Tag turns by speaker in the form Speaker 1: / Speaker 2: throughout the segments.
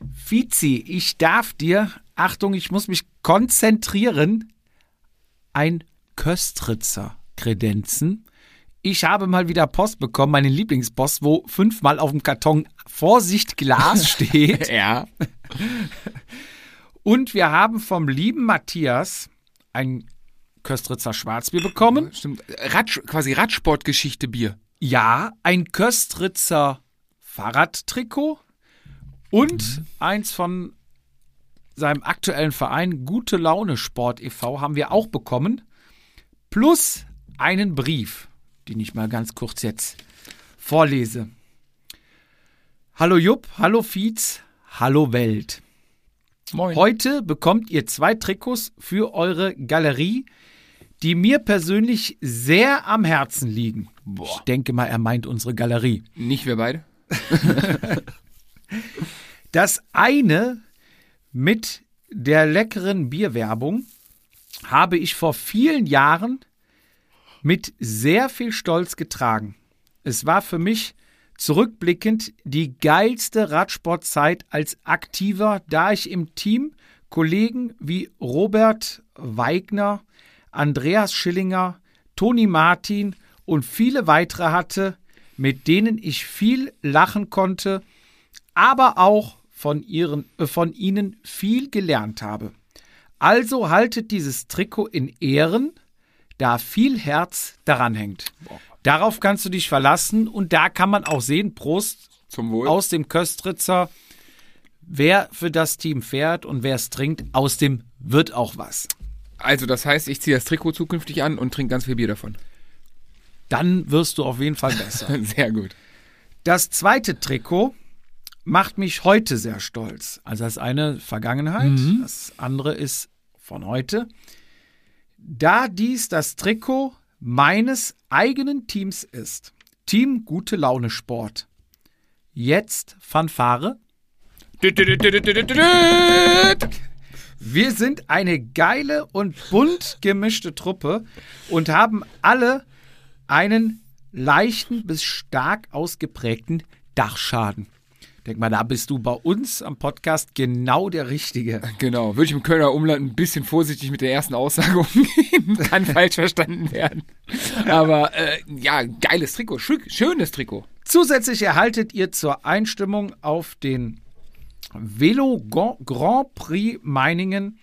Speaker 1: Vizi, ich darf dir, Achtung, ich muss mich konzentrieren, ein Köstritzer kredenzen. Ich habe mal wieder Post bekommen, meine Lieblingspost, wo fünfmal auf dem Karton Vorsicht Glas steht.
Speaker 2: Ja.
Speaker 1: Und wir haben vom lieben Matthias ein Köstritzer Schwarzbier bekommen.
Speaker 2: Stimmt. Rad, quasi Radsportgeschichte Bier.
Speaker 1: Ja, ein Köstritzer Fahrradtrikot und eins von seinem aktuellen Verein Gute Laune Sport e.V. haben wir auch bekommen. Plus einen Brief, den ich mal ganz kurz jetzt vorlese. Hallo Jupp, hallo Fietz, hallo Welt.
Speaker 2: Moin.
Speaker 1: Heute bekommt ihr zwei Trikots für eure Galerie, die mir persönlich sehr am Herzen liegen. Ich denke mal, er meint unsere Galerie.
Speaker 2: Nicht wir beide.
Speaker 1: Das eine mit der leckeren Bierwerbung habe ich vor vielen Jahren mit sehr viel Stolz getragen. Es war für mich zurückblickend die geilste Radsportzeit als Aktiver, da ich im Team Kollegen wie Robert Weigner, Andreas Schillinger, Toni Martin und viele weitere hatte, mit denen ich viel lachen konnte aber auch von, ihren, äh, von ihnen viel gelernt habe. Also haltet dieses Trikot in Ehren, da viel Herz daran hängt. Darauf kannst du dich verlassen und da kann man auch sehen, Prost
Speaker 2: Zum Wohl.
Speaker 1: aus dem Köstritzer, wer für das Team fährt und wer es trinkt, aus dem wird auch was.
Speaker 2: Also, das heißt, ich ziehe das Trikot zukünftig an und trinke ganz viel Bier davon.
Speaker 1: Dann wirst du auf jeden Fall besser.
Speaker 2: Sehr gut.
Speaker 1: Das zweite Trikot macht mich heute sehr stolz. Also das eine Vergangenheit, das andere ist von heute. Da dies das Trikot meines eigenen Teams ist. Team Gute Laune Sport. Jetzt Fanfare. Wir sind eine geile und bunt gemischte Truppe und haben alle einen leichten bis stark ausgeprägten Dachschaden. Denk mal, da bist du bei uns am Podcast genau der Richtige.
Speaker 2: Genau. Würde ich im Kölner Umland ein bisschen vorsichtig mit der ersten Aussage umgehen. Kann falsch verstanden werden. Aber äh, ja, geiles Trikot. Schö- Schönes Trikot.
Speaker 1: Zusätzlich erhaltet ihr zur Einstimmung auf den Velo Gon- Grand Prix Meiningen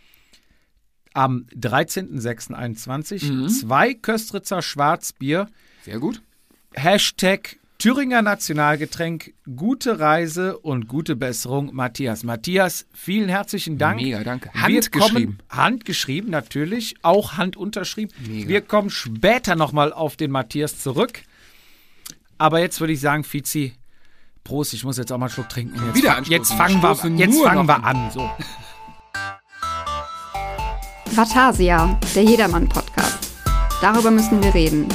Speaker 1: am 13.06.21 zwei Köstritzer Schwarzbier,
Speaker 2: Sehr gut.
Speaker 1: Hashtag Thüringer Nationalgetränk, gute Reise und gute Besserung, Matthias. Matthias, vielen herzlichen Dank.
Speaker 2: Mega, danke.
Speaker 1: Wir Kommen,
Speaker 2: Handgeschrieben.
Speaker 1: handgeschrieben, natürlich. Auch handunterschrieben. Wir kommen später nochmal auf den Matthias zurück. Aber jetzt würde ich sagen, Fizi, Prost, ich muss jetzt auch mal einen Schluck trinken. Jetzt,
Speaker 2: Wieder
Speaker 1: fa-
Speaker 2: anstoßen.
Speaker 1: jetzt fangen wir,
Speaker 2: Stoßen
Speaker 1: jetzt
Speaker 2: nur
Speaker 1: fangen
Speaker 2: noch
Speaker 1: wir an. So.
Speaker 3: Vatasia, der Jedermann-Podcast. Darüber müssen wir reden.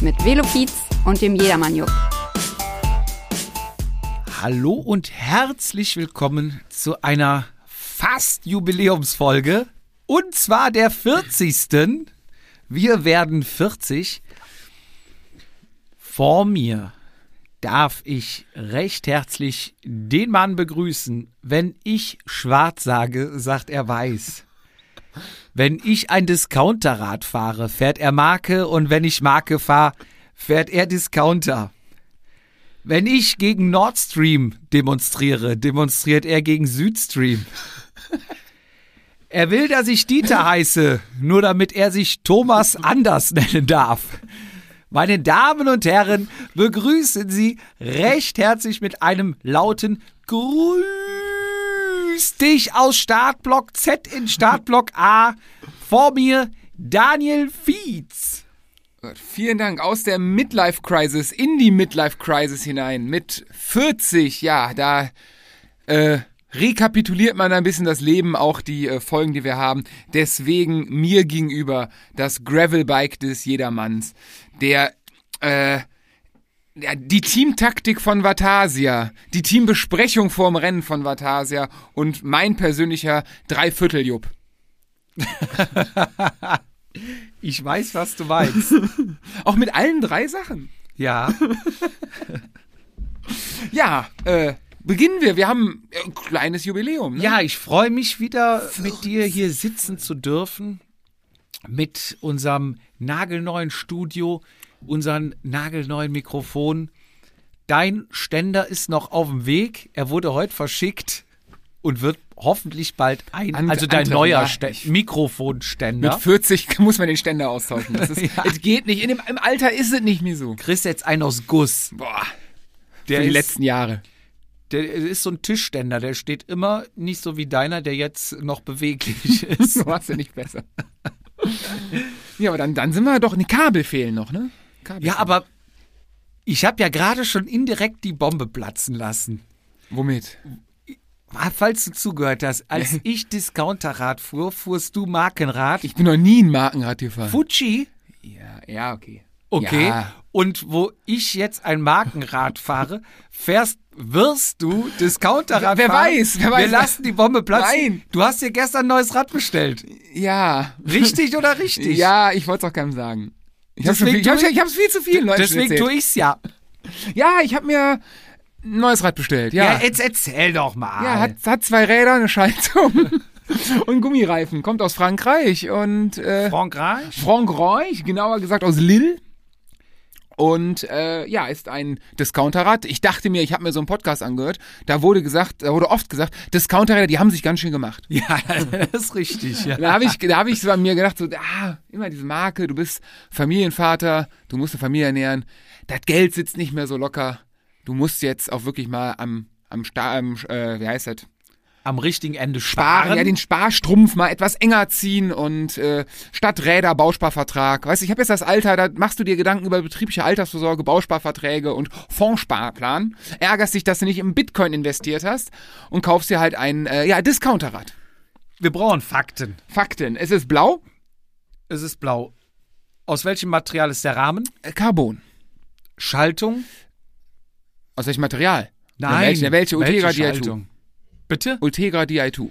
Speaker 3: Mit Velofiz und dem Jedermann-Jupp.
Speaker 1: Hallo und herzlich willkommen zu einer fast Jubiläumsfolge. Und zwar der 40. Wir werden 40. Vor mir darf ich recht herzlich den Mann begrüßen. Wenn ich schwarz sage, sagt er weiß. Wenn ich ein Discounterrad fahre, fährt er Marke und wenn ich Marke fahre, fährt er Discounter. Wenn ich gegen Nord Stream demonstriere, demonstriert er gegen Südstream. Er will, dass ich Dieter heiße, nur damit er sich Thomas anders nennen darf. Meine Damen und Herren, begrüßen Sie recht herzlich mit einem lauten Grüß dich aus Startblock Z in Startblock A. Vor mir Daniel Fietz.
Speaker 2: Vielen Dank. Aus der Midlife Crisis in die Midlife Crisis hinein mit 40. Ja, da äh, rekapituliert man ein bisschen das Leben, auch die äh, Folgen, die wir haben. Deswegen mir gegenüber das Gravelbike des Jedermanns, der äh, ja, die Teamtaktik von Vatasia, die Teambesprechung vorm Rennen von Vatasia und mein persönlicher Dreivierteljupp.
Speaker 1: Ich weiß, was du meinst.
Speaker 2: Auch mit allen drei Sachen.
Speaker 1: Ja.
Speaker 2: Ja, äh, beginnen wir. Wir haben ein kleines Jubiläum. Ne?
Speaker 1: Ja, ich freue mich wieder, mit dir hier sitzen zu dürfen, mit unserem nagelneuen Studio, unseren nagelneuen Mikrofon. Dein Ständer ist noch auf dem Weg. Er wurde heute verschickt und wird hoffentlich bald ein.
Speaker 2: An-
Speaker 1: also dein
Speaker 2: andere-
Speaker 1: neuer
Speaker 2: ja,
Speaker 1: Stä-
Speaker 2: ich- Mit
Speaker 1: Mikrofonständer.
Speaker 2: 40 muss man den Ständer austauschen. Das ist, Es geht nicht. In dem, Im Alter ist es nicht mehr so.
Speaker 1: Chris jetzt einen aus Guss.
Speaker 2: Boah,
Speaker 1: Der
Speaker 2: für die
Speaker 1: ist-
Speaker 2: letzten Jahre.
Speaker 1: Der ist so ein Tischständer, der steht immer nicht so wie deiner, der jetzt noch beweglich ist.
Speaker 2: So war's ja nicht besser. ja, aber dann, dann sind wir doch. Ne, Kabel fehlen noch, ne? Kabel
Speaker 1: Ja,
Speaker 2: fehlen.
Speaker 1: aber ich habe ja gerade schon indirekt die Bombe platzen lassen.
Speaker 2: Womit?
Speaker 1: Ah, Falls du zugehört hast, als ich Discounterrad fuhr, fuhrst du Markenrad.
Speaker 2: Ich bin noch nie ein Markenrad gefahren.
Speaker 1: Fuji,
Speaker 2: Ja, ja, okay.
Speaker 1: okay.
Speaker 2: Ja.
Speaker 1: Und wo ich jetzt ein Markenrad fahre, fährst, wirst du Discounterrad
Speaker 2: Wer- wer
Speaker 1: fahren.
Speaker 2: weiß, wer
Speaker 1: Wir
Speaker 2: weiß.
Speaker 1: lassen die Bombe platzen.
Speaker 2: Nein.
Speaker 1: Du hast dir gestern ein neues Rad bestellt.
Speaker 2: Ja.
Speaker 1: Richtig oder richtig?
Speaker 2: Ja, ich wollte es auch keinem sagen. Ich habe
Speaker 1: Deswegen
Speaker 2: viel, ich hab,
Speaker 1: tue ich-
Speaker 2: ich hab's viel zu vielen Leuten
Speaker 1: Deswegen
Speaker 2: erzählt.
Speaker 1: tue ich's ja.
Speaker 2: Ja, ich habe mir ein neues Rad bestellt.
Speaker 1: Ja,
Speaker 2: Ja, ja,
Speaker 1: jetzt erzähl doch mal.
Speaker 2: hat, hat zwei Räder, eine Schaltung und Gummireifen. Kommt aus Frankreich und äh,
Speaker 1: Frankreich?
Speaker 2: Frankreich, genauer gesagt aus Lille. Und äh, ja, ist ein Discounterrad. Ich dachte mir, ich habe mir so einen Podcast angehört. Da wurde gesagt, da wurde oft gesagt, Discounterräder, die haben sich ganz schön gemacht.
Speaker 1: Ja, das ist richtig. Ja.
Speaker 2: Da habe ich, da habe ich so an mir gedacht, so, ah, immer diese Marke, du bist Familienvater, du musst eine Familie ernähren, das Geld sitzt nicht mehr so locker, du musst jetzt auch wirklich mal am, am, Sta am äh, wie heißt das,
Speaker 1: Am richtigen Ende sparen.
Speaker 2: Sparen, ja, den Sparstrumpf mal etwas enger ziehen und äh, statt Räder Bausparvertrag. Weißt du, ich habe jetzt das Alter, da machst du dir Gedanken über betriebliche Altersvorsorge, Bausparverträge und Fondssparplan, ärgerst dich, dass du nicht im Bitcoin investiert hast und kaufst dir halt ein, äh, ja, Discounterrad.
Speaker 1: Wir brauchen Fakten.
Speaker 2: Fakten, es ist blau,
Speaker 1: Es ist blau. Aus welchem Material ist der Rahmen?
Speaker 2: äh, Carbon.
Speaker 1: Schaltung?
Speaker 2: Aus welchem Material?
Speaker 1: Nein.
Speaker 2: welche- welche Ultegra Di2?
Speaker 1: Schaltung? Bitte?
Speaker 2: Ultegra Di2.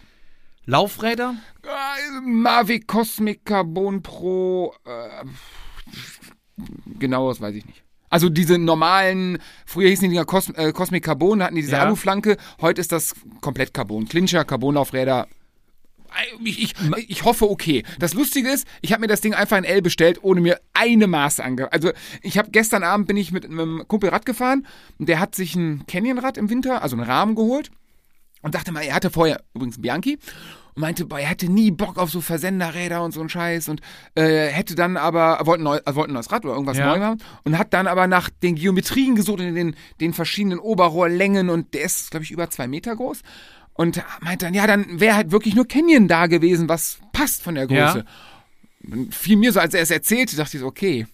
Speaker 1: Laufräder?
Speaker 2: Äh, Mavic Cosmic Carbon Pro. Äh, genaues weiß ich nicht. Also diese normalen, früher hießen die Dinger Cos äh, Cosmic Carbon, da hatten die diese
Speaker 1: Ja.
Speaker 2: Aluflanke, heute ist das komplett Carbon. Clincher, Carbonlaufräder. Äh, Ich, ich, ich hoffe, okay. Das Lustige ist, ich habe mir das Ding einfach in L bestellt, ohne mir eine Maß ange... Also ich habe gestern Abend bin ich mit einem Kumpel Rad gefahren und der hat sich ein Canyon-Rad im Winter, also einen Rahmen geholt und dachte mal, er hatte vorher übrigens einen Bianchi und meinte, boah, er hatte nie Bock auf so Versenderräder und so einen Scheiß und äh, hätte dann aber, er wollte ein, neu, er wollte ein neues Rad oder irgendwas
Speaker 1: Ja.
Speaker 2: neu machen und hat dann aber nach den Geometrien gesucht und den, den verschiedenen Oberrohrlängen und der ist, glaube ich, über zwei Meter groß und meinte dann, ja, dann wäre halt wirklich nur Canyon da gewesen, was passt von der
Speaker 1: Ja.
Speaker 2: Größe. Und fiel mir so, als er es erzählte, dachte ich so, okay.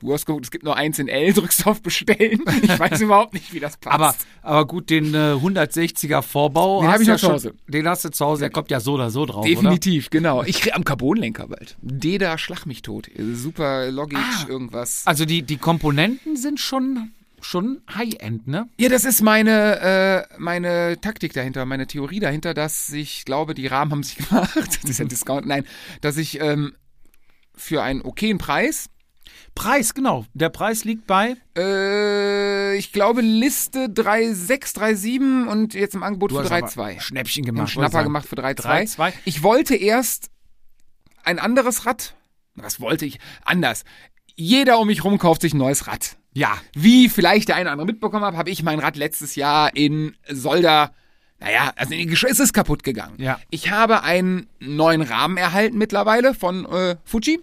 Speaker 2: Du hast geguckt, es gibt nur eins in L, drückst auf Bestellen. Ich weiß überhaupt nicht, wie das passt.
Speaker 1: Aber, aber gut, den äh, 160er Vorbau.
Speaker 2: Den
Speaker 1: hast
Speaker 2: hab ich
Speaker 1: du
Speaker 2: noch zu
Speaker 1: ja
Speaker 2: Hause.
Speaker 1: Den hast du zu Hause. Der kommt ja so oder so drauf.
Speaker 2: Definitiv, genau. Ich krieg am Carbonlenker bald. Deda, schlag mich tot. Super Logic, irgendwas.
Speaker 1: Oder? Also die, die Komponenten sind schon, schon High-End, ne?
Speaker 2: Ja, das ist meine, äh, meine Taktik dahinter, meine Theorie dahinter, dass ich glaube, die Rahmen haben sich gemacht. Das
Speaker 1: Mhm.
Speaker 2: ist ja Discount. Nein, dass ich ähm, für einen okayen Preis,
Speaker 1: Preis, genau. Der Preis liegt bei.
Speaker 2: äh, ich glaube Liste 3,6, 3,7 und jetzt im Angebot für
Speaker 1: aber
Speaker 2: 3,2.
Speaker 1: Schnäppchen
Speaker 2: einen
Speaker 1: gemacht.
Speaker 2: Schnapper
Speaker 1: wollte
Speaker 2: gemacht für
Speaker 1: ich
Speaker 2: 3-2.
Speaker 1: sagen. 3-2.
Speaker 2: Ich wollte erst ein anderes Rad. Was wollte ich? Anders. Jeder um mich rum kauft sich ein neues Rad.
Speaker 1: Ja.
Speaker 2: Wie vielleicht der eine oder andere mitbekommen hat, habe ich mein Rad letztes Jahr in Solda, naja, also in die Gesch- es ist kaputt gegangen.
Speaker 1: Ja.
Speaker 2: Ich habe einen neuen Rahmen erhalten mittlerweile von äh, Fuji.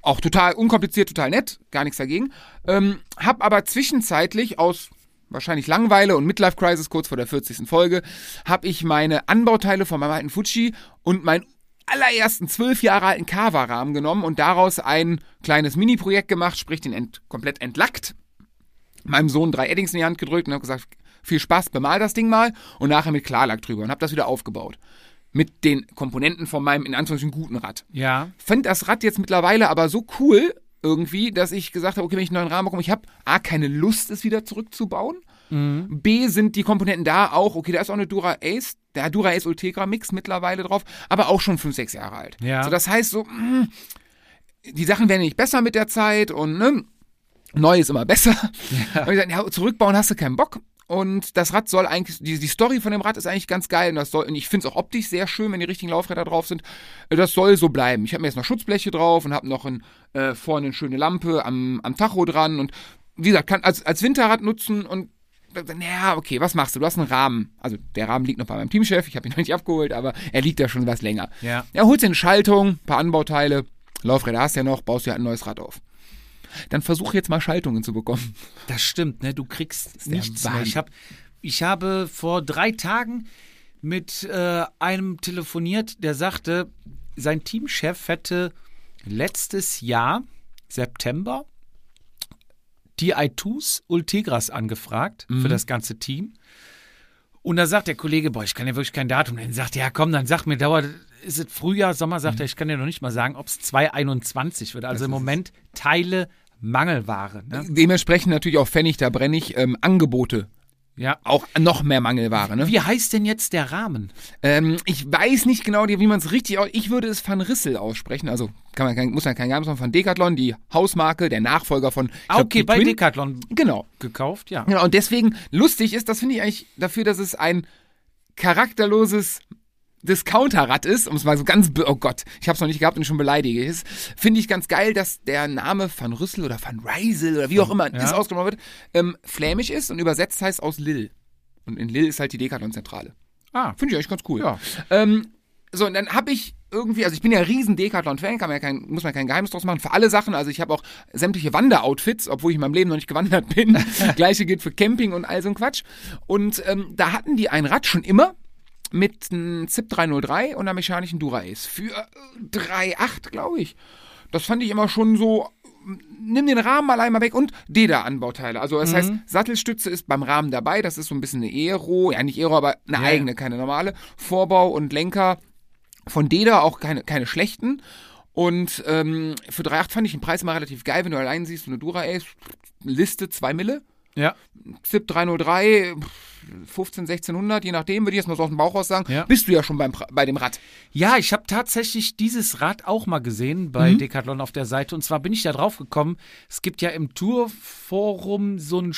Speaker 2: Auch total unkompliziert, total nett, gar nichts dagegen. Ähm, hab aber zwischenzeitlich aus wahrscheinlich Langeweile und Midlife Crisis kurz vor der 40. Folge, habe ich meine Anbauteile von meinem alten Fuji und meinen allerersten zwölf Jahre alten Kawa-Rahmen genommen und daraus ein kleines Mini-Projekt gemacht, sprich den ent komplett entlackt meinem Sohn drei Eddings in die Hand gedrückt und habe gesagt, viel Spaß, bemal das Ding mal und nachher mit Klarlack drüber und habe das wieder aufgebaut. Mit den Komponenten von meinem in Anführungsstrichen guten Rad.
Speaker 1: Ja.
Speaker 2: Fand das Rad jetzt mittlerweile aber so cool irgendwie, dass ich gesagt habe, okay, wenn ich einen neuen Rahmen bekomme, ich habe A, keine Lust, es wieder zurückzubauen. B, sind die Komponenten da auch, okay, da ist auch eine Dura Ace, der Dura Ace Ultegra Mix mittlerweile drauf, aber auch schon 5, 6 Jahre alt.
Speaker 1: Ja.
Speaker 2: So, das heißt so, mh, die Sachen werden nicht besser mit der Zeit und ne, neu ist immer besser. Und ich gesagt, ja, zurückbauen hast du keinen Bock. Und das Rad soll eigentlich, die, die Story von dem Rad ist eigentlich ganz geil. Und, das soll, und ich finde es auch optisch sehr schön, wenn die richtigen Laufräder drauf sind. Äh, Das soll so bleiben. Ich habe mir jetzt noch Schutzbleche drauf und habe noch ein, äh, vorne eine schöne Lampe am, am Tacho dran. Und wie gesagt, kann als, als Winterrad nutzen und naja, okay, was machst du? Du hast einen Rahmen. Also der Rahmen liegt noch bei meinem Teamchef, ich habe ihn noch nicht abgeholt, aber er liegt da schon was länger.
Speaker 1: Ja.
Speaker 2: Ja, holst dir eine Schaltung, ein paar Anbauteile, Laufräder hast du ja noch, baust dir halt ein neues Rad auf. Dann versuch jetzt mal Schaltungen zu bekommen.
Speaker 1: Das stimmt, ne? Du kriegst
Speaker 2: der
Speaker 1: nichts mehr.
Speaker 2: Wahnsinn.
Speaker 1: Ich, hab, ich habe vor drei Tagen mit äh, einem telefoniert, der sagte, sein Teamchef hätte letztes Jahr, September, die iTus Ultegras angefragt für das ganze Team. Und da sagt der Kollege, boah, ich kann ja wirklich kein Datum nennen. Sagt er, ja komm, dann sag mir, dauert, ist es Frühjahr, Sommer? Sagt er, ich kann dir noch nicht mal sagen, ob es 2021 wird. Also im Moment Teile Mangelware.
Speaker 2: Äh,
Speaker 1: Ne?
Speaker 2: Dementsprechend natürlich auch Pfennig, da brenne ich, ähm, Angebote.
Speaker 1: Ja.
Speaker 2: Auch noch mehr Mangelware, ne?
Speaker 1: Wie heißt denn jetzt der Rahmen?
Speaker 2: Ähm, ich weiß nicht genau, wie man es richtig aus. Ich würde es Van Rissel aussprechen. Also kann man kein, muss man kein Geheimnis machen. Von Decathlon, die Hausmarke, der Nachfolger von. ich
Speaker 1: Ah,
Speaker 2: glaub,
Speaker 1: okay,
Speaker 2: die
Speaker 1: bei
Speaker 2: Twin.
Speaker 1: Decathlon
Speaker 2: Genau.
Speaker 1: gekauft, ja.
Speaker 2: Genau, und deswegen lustig ist, das finde ich eigentlich dafür, dass es ein charakterloses Discounterrad ist, um es mal so ganz, be- oh Gott, ich habe es noch nicht gehabt und schon beleidige ich es, finde ich ganz geil, dass der Name Van Rüssel oder Van Reisel oder wie auch immer
Speaker 1: ja.
Speaker 2: es ausgenommen wird, ähm, flämisch ist und übersetzt heißt aus Lille. Und in Lille ist halt die Decathlon-Zentrale.
Speaker 1: Ah,
Speaker 2: Finde ich eigentlich ganz cool.
Speaker 1: Ja.
Speaker 2: Ähm, so, und dann habe ich irgendwie, also ich bin ja riesen Decathlon-Fan, kann man ja kein, muss man kein Geheimnis draus machen, für alle Sachen. Also ich habe auch sämtliche Wanderoutfits, obwohl ich in meinem Leben noch nicht gewandert bin. Gleiche gilt für Camping und all so ein Quatsch. Und ähm, da hatten die ein Rad schon immer mit einem ZIP 303 und einer mechanischen Dura-Ace für äh, 3,8, glaube ich. Das fand ich immer schon so nimm den Rahmen allein mal weg und DEDA-Anbauteile. Also das heißt, Sattelstütze ist beim Rahmen dabei, das ist so ein bisschen eine Aero, ja nicht Aero, aber eine eigene, keine normale. Vorbau und Lenker von DEDA auch keine, keine schlechten. Und ähm, für 3,8 fand ich den Preis immer relativ geil, wenn du allein siehst, so eine Dura-Ace, Liste 2 Mille.
Speaker 1: ja.
Speaker 2: ZIP 303, 15, 1600, je nachdem, würde ich jetzt mal so aus dem Bauch raus sagen,
Speaker 1: Ja.
Speaker 2: bist du ja schon beim, Pra- bei dem Rad.
Speaker 1: Ja, ich habe tatsächlich dieses Rad auch mal gesehen
Speaker 2: Mhm.
Speaker 1: bei Decathlon auf der Seite. Und zwar bin ich da drauf gekommen, es gibt ja im Tourforum so ein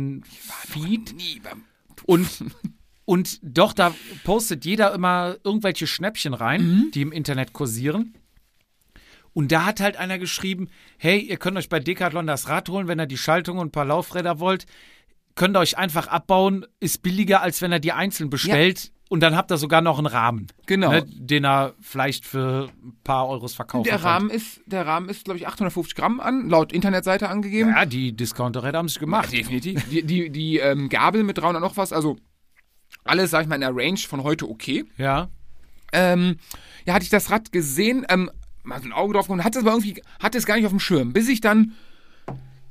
Speaker 1: Schnäppchen-Feed.
Speaker 2: Nie beim
Speaker 1: Und, und doch, da postet jeder immer irgendwelche Schnäppchen rein, die im Internet kursieren. Und da hat halt einer geschrieben, hey, ihr könnt euch bei Decathlon das Rad holen, wenn ihr die Schaltung und ein paar Laufräder wollt. Könnt ihr euch einfach abbauen, ist billiger, als wenn ihr die einzeln bestellt. Und dann habt ihr sogar noch einen Rahmen.
Speaker 2: Genau.
Speaker 1: Ne, den ihr vielleicht für ein paar Euros verkaufen
Speaker 2: der
Speaker 1: könnt.
Speaker 2: Rahmen ist, der Rahmen ist, glaube ich, 850 Gramm an, laut Internetseite angegeben.
Speaker 1: Ja, die Discounterräder haben es gemacht.
Speaker 2: Ja, definitiv. Die, die, die ähm, Gabel mit 300 noch was, also alles, sag ich mal, in der Range von heute okay.
Speaker 1: Ja.
Speaker 2: Ähm, ja, hatte ich das Rad gesehen, ähm, mal so ein Auge drauf gekommen, hatte es aber irgendwie, hatte es gar nicht auf dem Schirm, bis ich dann,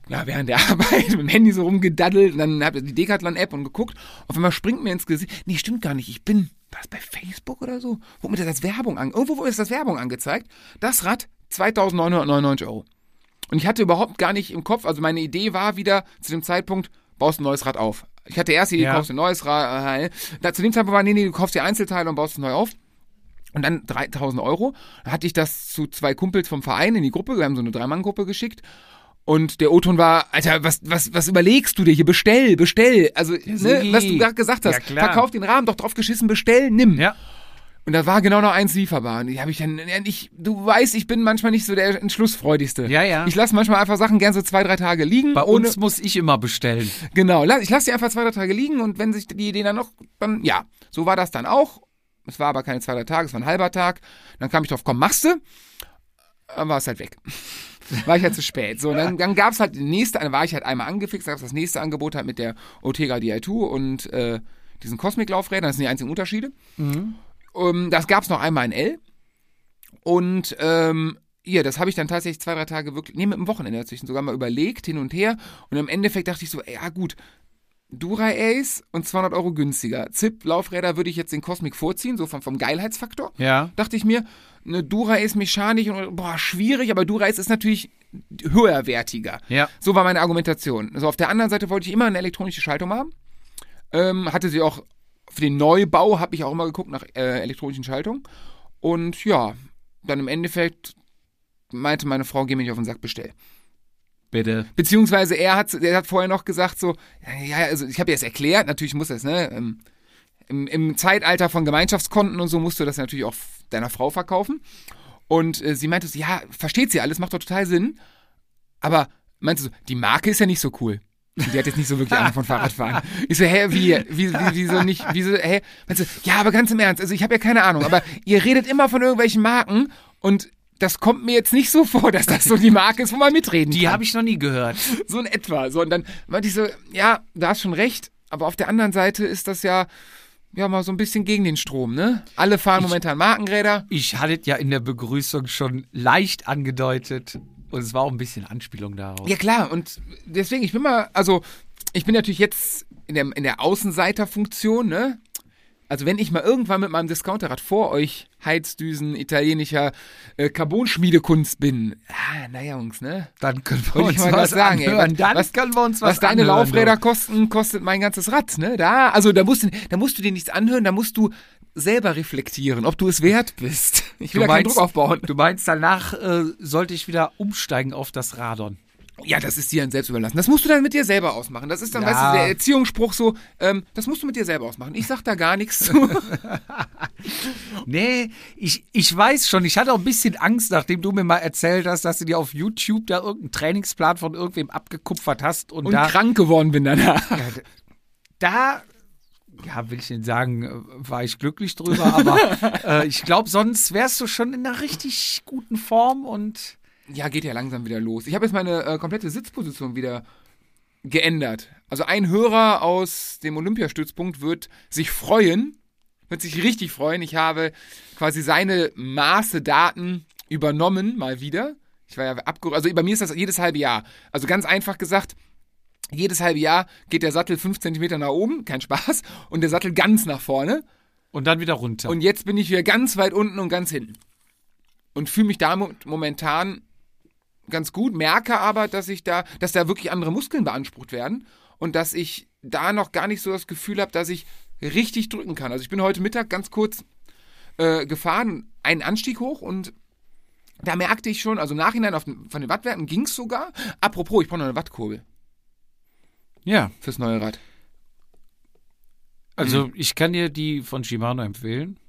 Speaker 2: ja, während der Arbeit mit dem Handy so rumgedaddelt und dann habe ich die Decathlon-App und geguckt, auf einmal springt mir ins Gesicht, nee, stimmt gar nicht, ich bin, war das bei Facebook oder so? Wo mir das als Werbung an, irgendwo wo ist das Werbung angezeigt? Das Rad, 2999 Euro. Und ich hatte überhaupt gar nicht im Kopf, also meine Idee war wieder zu dem Zeitpunkt, baust ein neues Rad auf. Ich hatte erst die Idee,
Speaker 1: Ja.
Speaker 2: kaufst ein neues Rad. Äh, da, zu dem Zeitpunkt war, nee, nee, du kaufst dir Einzelteile und baust es neu auf. Und dann 3000 Euro. Da hatte ich das zu zwei Kumpels vom Verein in die Gruppe, wir haben so eine Dreimann-Gruppe geschickt. Und der Oton war, Alter, was, was, was überlegst du dir hier? Bestell, bestell. Also, ne,
Speaker 1: Sigi.
Speaker 2: was du gerade gesagt
Speaker 1: Ja,
Speaker 2: hast.
Speaker 1: klar.
Speaker 2: Verkauf den Rahmen, doch drauf geschissen, bestell, nimm.
Speaker 1: Ja.
Speaker 2: Und da war genau noch eins lieferbar. Und die habe ich dann, ja, ich, du weißt, ich bin manchmal nicht so der Entschlussfreudigste.
Speaker 1: Ja, ja.
Speaker 2: Ich lasse manchmal einfach Sachen gern so zwei, drei Tage liegen.
Speaker 1: Bei
Speaker 2: ohne,
Speaker 1: uns muss ich immer bestellen.
Speaker 2: Genau, la- ich lasse die einfach zwei, drei Tage liegen und wenn sich die Idee dann noch, dann ja, so war das dann auch. Es war aber keine zwei, drei Tage, es war ein halber Tag. Dann kam ich drauf, komm, machst du? Dann war es halt weg. War ich halt zu spät. So, dann, dann gab es halt die nächste, dann war ich halt einmal angefixt, gab es das nächste Angebot halt mit der Ortega Di2 und äh, diesen Cosmic-Laufrädern, das sind die einzigen Unterschiede. Ähm, das gab es noch einmal in L. Und ähm, ja, das habe ich dann tatsächlich zwei, drei Tage wirklich, nee, mit dem Wochenende dazwischen sogar mal überlegt, hin und her. Und im Endeffekt dachte ich so, ey, ja gut, Dura Ace und 200 Euro günstiger. ZIP-Laufräder würde ich jetzt den Cosmic vorziehen, so vom, vom Geilheitsfaktor.
Speaker 1: Ja.
Speaker 2: Dachte ich mir, eine Dura Ace mechanisch, und, boah, schwierig, aber Dura Ace ist natürlich höherwertiger.
Speaker 1: Ja.
Speaker 2: So war meine Argumentation. Also auf der anderen Seite wollte ich immer eine elektronische Schaltung haben. Ähm, hatte sie auch für den Neubau habe ich auch immer geguckt nach äh, elektronischen Schaltungen. Und ja, dann im Endeffekt meinte meine Frau, geh mir nicht auf den Sack, bestell.
Speaker 1: Bitte.
Speaker 2: Beziehungsweise er hat, er hat vorher noch gesagt so, ja, ja, also ich habe dir das erklärt, natürlich muss das, ne? ähm, Im, Im Zeitalter von Gemeinschaftskonten und so musst du das natürlich auch f- deiner Frau verkaufen. Und äh, sie meinte so, ja, versteht sie alles, macht doch total Sinn. Aber meinte so, die Marke ist ja nicht so cool. Und Die hat jetzt nicht so wirklich Ahnung von Fahrradfahren. Ich so, hä, wie, wie, wie, wieso nicht, wieso, hä? Meinte so, ja, aber ganz im Ernst, also ich habe ja keine Ahnung, aber ihr redet immer von irgendwelchen Marken und das kommt mir jetzt nicht so vor, dass das so die Marke ist, wo man mitreden
Speaker 1: Die
Speaker 2: kann
Speaker 1: habe ich noch nie gehört.
Speaker 2: so in etwa. So, und dann meinte ich so, ja, da hast schon recht, aber auf der anderen Seite ist das ja, ja mal so ein bisschen gegen den Strom, ne? Alle fahren momentan Markenräder.
Speaker 1: Ich hatte ja in der Begrüßung schon leicht angedeutet und es war auch ein bisschen Anspielung darauf.
Speaker 2: Ja klar, und deswegen, ich bin mal, also ich bin natürlich jetzt in der, in der Außenseiterfunktion, ne? Also wenn ich mal irgendwann mit meinem Discounterrad vor euch Heizdüsen italienischer äh, Carbonschmiedekunst bin, ah, naja Jungs, ne?
Speaker 1: Dann können wir
Speaker 2: Wollte ich
Speaker 1: uns
Speaker 2: mal
Speaker 1: was
Speaker 2: grad sagen,
Speaker 1: sagen,
Speaker 2: ey.
Speaker 1: anhören. Dann
Speaker 2: Was-
Speaker 1: können wir uns was
Speaker 2: was, deine
Speaker 1: anhören,
Speaker 2: Laufräder
Speaker 1: du.
Speaker 2: kosten, kostet mein ganzes Rad, ne? Da, also da musst du, da musst du dir nichts anhören, da musst du selber reflektieren, ob du es wert bist. Ich will
Speaker 1: Du
Speaker 2: da keinen
Speaker 1: meinst-
Speaker 2: Druck aufbauen.
Speaker 1: Du meinst, danach äh, sollte ich wieder umsteigen auf das Radon.
Speaker 2: Ja, das ist dir dann selbst überlassen. Das musst du dann mit dir selber ausmachen. Das ist dann,
Speaker 1: Ja.
Speaker 2: weißt du, der Erziehungsspruch so, ähm, das musst du mit dir selber ausmachen. Ich sag da gar nichts zu.
Speaker 1: Nee, ich, ich weiß schon, ich hatte auch ein bisschen Angst, nachdem du mir mal erzählt hast, dass du dir auf YouTube da irgendeinen Trainingsplan von irgendwem abgekupfert hast und,
Speaker 2: Und
Speaker 1: da,
Speaker 2: krank geworden bin danach.
Speaker 1: da, ja, will ich nicht sagen, äh, war ich glücklich drüber, aber äh, ich glaube, sonst wärst du schon in einer richtig guten Form und
Speaker 2: Ja, geht ja langsam wieder los. Ich habe jetzt meine äh, komplette Sitzposition wieder geändert. Also ein Hörer aus dem Olympiastützpunkt wird sich freuen, wird sich richtig freuen. Ich habe quasi seine Maßedaten übernommen, mal wieder. Ich war ja abgerufen. Also bei mir ist das jedes halbe Jahr. Also ganz einfach gesagt, jedes halbe Jahr geht der Sattel 5 cm nach oben, kein Spaß, und der Sattel ganz nach vorne.
Speaker 1: Und dann wieder runter.
Speaker 2: Und jetzt bin ich wieder ganz weit unten und ganz hinten. Und fühle mich damit momentan ganz gut, merke aber, dass ich da, dass da wirklich andere Muskeln beansprucht werden und dass ich da noch gar nicht so das Gefühl habe, dass ich richtig drücken kann. Also ich bin heute Mittag ganz kurz äh, gefahren, einen Anstieg hoch und da merkte ich schon, also im Nachhinein auf den, von den Wattwerten ging es sogar. Apropos, ich brauche noch eine Wattkurbel
Speaker 1: ja,
Speaker 2: fürs neue Rad.
Speaker 1: also ich kann dir die von Shimano empfehlen.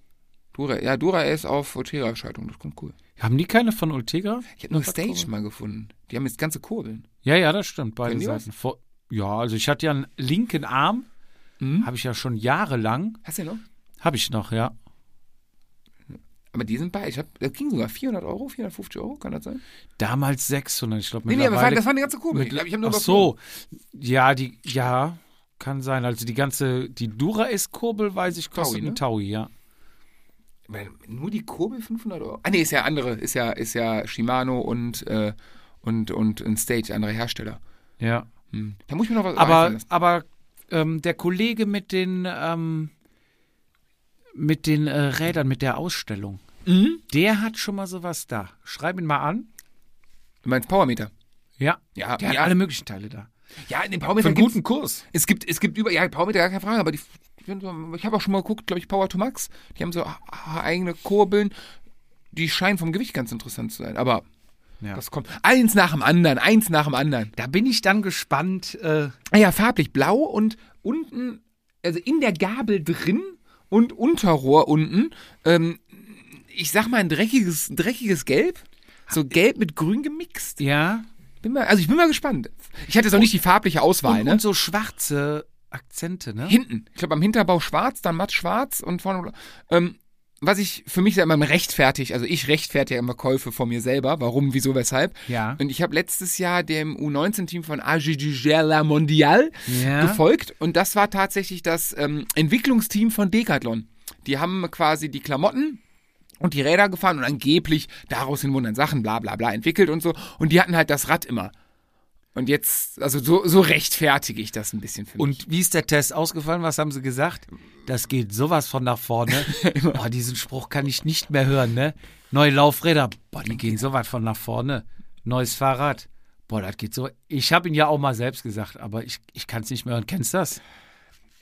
Speaker 2: Dura, ja, Dura ist auf Otera-Schaltung, das kommt cool.
Speaker 1: Haben die keine von Ultegra?
Speaker 2: Ich habe nur Stage mal gefunden. Die haben jetzt ganze Kurbeln.
Speaker 1: Ja, ja, das stimmt, beide
Speaker 2: Können die was?
Speaker 1: Seiten. Vor, ja, also ich hatte ja einen linken Arm,
Speaker 2: Mhm.
Speaker 1: habe ich ja schon jahrelang,
Speaker 2: Hast du den noch?
Speaker 1: habe ich noch, ja.
Speaker 2: Aber die sind bei, ich hab, das ging sogar 400 Euro, 450 Euro, kann das sein?
Speaker 1: Damals 600, ich glaube
Speaker 2: Nee, nee, aber das war-
Speaker 1: mittlerweile.
Speaker 2: das war eine ganze Kurbel. Ich glaub, ich hab nur
Speaker 1: Ach
Speaker 2: überflogen.
Speaker 1: so, ja, die, ja, kann sein. Also die ganze, die Dura-S-Kurbel, weiß ich, kostet
Speaker 2: Taui, ne?
Speaker 1: einen Taui, ja.
Speaker 2: Weil Nur die Kurbel 500 Euro? Ah, nee, ist ja andere, ist ja, ist ja Shimano und, äh, und, und, und Stage, andere Hersteller.
Speaker 1: Ja,
Speaker 2: Hm. Da muss ich mir noch was
Speaker 1: aber,
Speaker 2: einfallen lassen.
Speaker 1: aber ähm, der Kollege mit den, ähm, mit den äh, Rädern, mit der Ausstellung,
Speaker 2: Mhm.
Speaker 1: der hat schon mal sowas da. Schreib ihn mal an.
Speaker 2: Du meinst Powermeter?
Speaker 1: Ja,
Speaker 2: Ja,
Speaker 1: der hat
Speaker 2: ja.
Speaker 1: alle möglichen Teile da.
Speaker 2: Ja, in den Powermeter
Speaker 1: Für einen
Speaker 2: gibt's-
Speaker 1: guten Kurs.
Speaker 2: Es gibt, es gibt über, ja, Powermeter, gar keine Frage, aber die, ich habe auch schon mal geguckt, glaube ich, Power to Max. Die haben so ha- eigene Kurbeln. Die scheinen vom Gewicht ganz interessant zu sein, aber
Speaker 1: Ja.
Speaker 2: das kommt eins nach dem anderen, eins nach dem anderen.
Speaker 1: Da bin ich dann gespannt. Äh,
Speaker 2: Ah ja, farblich blau und unten, also in der Gabel drin und Unterrohr unten, ähm, ich sag mal ein dreckiges, dreckiges Gelb. So gelb mit grün gemixt.
Speaker 1: ja.
Speaker 2: Bin mal, also ich bin mal gespannt. Ich hatte jetzt auch nicht die farbliche Auswahl,
Speaker 1: Und,
Speaker 2: ne?
Speaker 1: und so schwarze Akzente, ne?
Speaker 2: Hinten. Ich glaube, am Hinterbau schwarz, dann matt schwarz und vorne. blau. Ähm, was ich für mich ja immer rechtfertigt, also ich rechtfertige immer Käufe von mir selber, warum, wieso, weshalb.
Speaker 1: Ja.
Speaker 2: Und ich habe letztes Jahr dem U19-Team von AG Gigela Mondial
Speaker 1: Ja.
Speaker 2: gefolgt und das war tatsächlich das ähm, Entwicklungsteam von Decathlon. Die haben quasi die Klamotten und die Räder gefahren und angeblich daraus in wundern Sachen, bla bla bla, entwickelt und so. Und die hatten halt das Rad immer. Und jetzt, also so, so rechtfertige ich das ein bisschen für mich.
Speaker 1: Und wie ist der Test ausgefallen? Was haben sie gesagt? Das geht sowas von nach vorne. Boah, diesen Spruch kann ich nicht mehr hören, ne? Neue Laufräder. Boah, die gehen sowas von nach vorne. Neues Fahrrad. Boah, das geht so. Ich habe ihn ja auch mal selbst gesagt, aber ich, ich kann es nicht mehr hören. Kennst du das?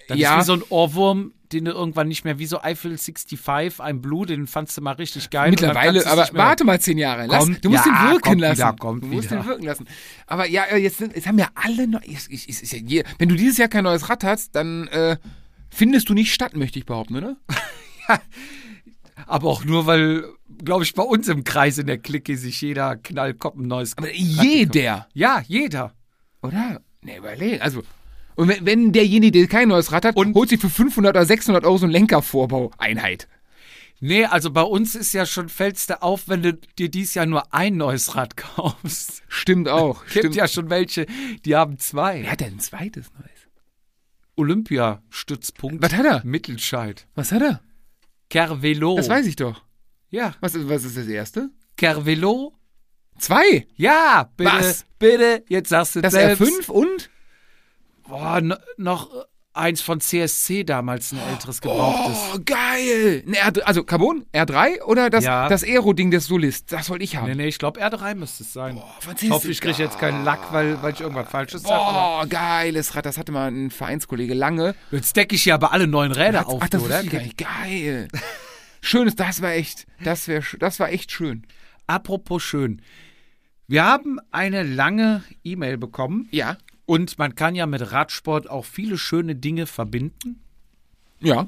Speaker 1: Das
Speaker 2: Ja.
Speaker 1: ist wie so ein Ohrwurm, den du irgendwann nicht mehr, wie so Eiffel 65, ein Blue, den fandst du mal richtig geil. und dann
Speaker 2: Mittlerweile,
Speaker 1: kannst du's
Speaker 2: aber
Speaker 1: nicht mehr-
Speaker 2: warte mal zehn Jahre. Lass,
Speaker 1: Kommt-
Speaker 2: du musst
Speaker 1: ja,
Speaker 2: ihn wirken
Speaker 1: kommt
Speaker 2: lassen.
Speaker 1: wieder, kommt
Speaker 2: du musst
Speaker 1: wieder.
Speaker 2: ihn wirken lassen. Aber ja, äh, jetzt, sind, jetzt haben ja alle neu. Ich, ich, ich, ist ja je, wenn du dieses Jahr kein neues Rad hast, dann äh, findest du nicht statt, möchte ich behaupten, oder?
Speaker 1: Aber auch nur, weil, glaube ich, bei uns im Kreis in der Clique sich jeder Knallkopf ein neues.
Speaker 2: Aber jeder,
Speaker 1: ja, jeder.
Speaker 2: oder? Ne, überleg. Also, und wenn, wenn derjenige, der kein neues Rad hat, holt sich für 500 oder 600 Euro so einen Lenkervorbau-Einheit.
Speaker 1: Nee, also bei uns ist ja schon, fällst du auf, wenn du dir dieses Jahr nur ein neues Rad kaufst.
Speaker 2: Stimmt auch.
Speaker 1: Gibt
Speaker 2: stimmt.
Speaker 1: ja schon welche, die haben
Speaker 2: Wer
Speaker 1: zwei.
Speaker 2: hat denn ein zweites Neues?
Speaker 1: Olympiastützpunkt.
Speaker 2: Was hat er?
Speaker 1: Mittelscheid.
Speaker 2: Was hat er?
Speaker 1: Cervelo.
Speaker 2: Das weiß ich doch.
Speaker 1: Ja.
Speaker 2: Was, ist- was ist das erste?
Speaker 1: Cervelo.
Speaker 2: Zwei.
Speaker 1: Ja, bitte.
Speaker 2: Was?
Speaker 1: Bitte, jetzt sagst du
Speaker 2: Das
Speaker 1: selbst.
Speaker 2: R5 und?
Speaker 1: Boah, no, noch eins von CSC damals, ein älteres gebrauchtes.
Speaker 2: Oh, geil! Ein R3, also Carbon, R3 oder das,
Speaker 1: Ja.
Speaker 2: das Aero-Ding des Solist? Das wollte ich haben. Oh,
Speaker 1: Nee, nee, ich glaube, R3 müsste es sein.
Speaker 2: was
Speaker 1: ich
Speaker 2: ist
Speaker 1: hoffe, ich
Speaker 2: das?
Speaker 1: kriege jetzt keinen Lack, weil, weil ich irgendwas Falsches sage.
Speaker 2: Boah, geiles Rad. Das hatte mal ein Vereinskollege lange.
Speaker 1: Jetzt decke ich ja aber alle neuen Räder auf,
Speaker 2: Ach, das
Speaker 1: oder?
Speaker 2: ist geil. geil. Schönes, das war echt, das, wär, sch- das war echt schön.
Speaker 1: Apropos schön. Wir haben eine lange E-Mail bekommen
Speaker 2: Ja.
Speaker 1: und man kann ja mit Radsport auch viele schöne Dinge verbinden.
Speaker 2: Ja.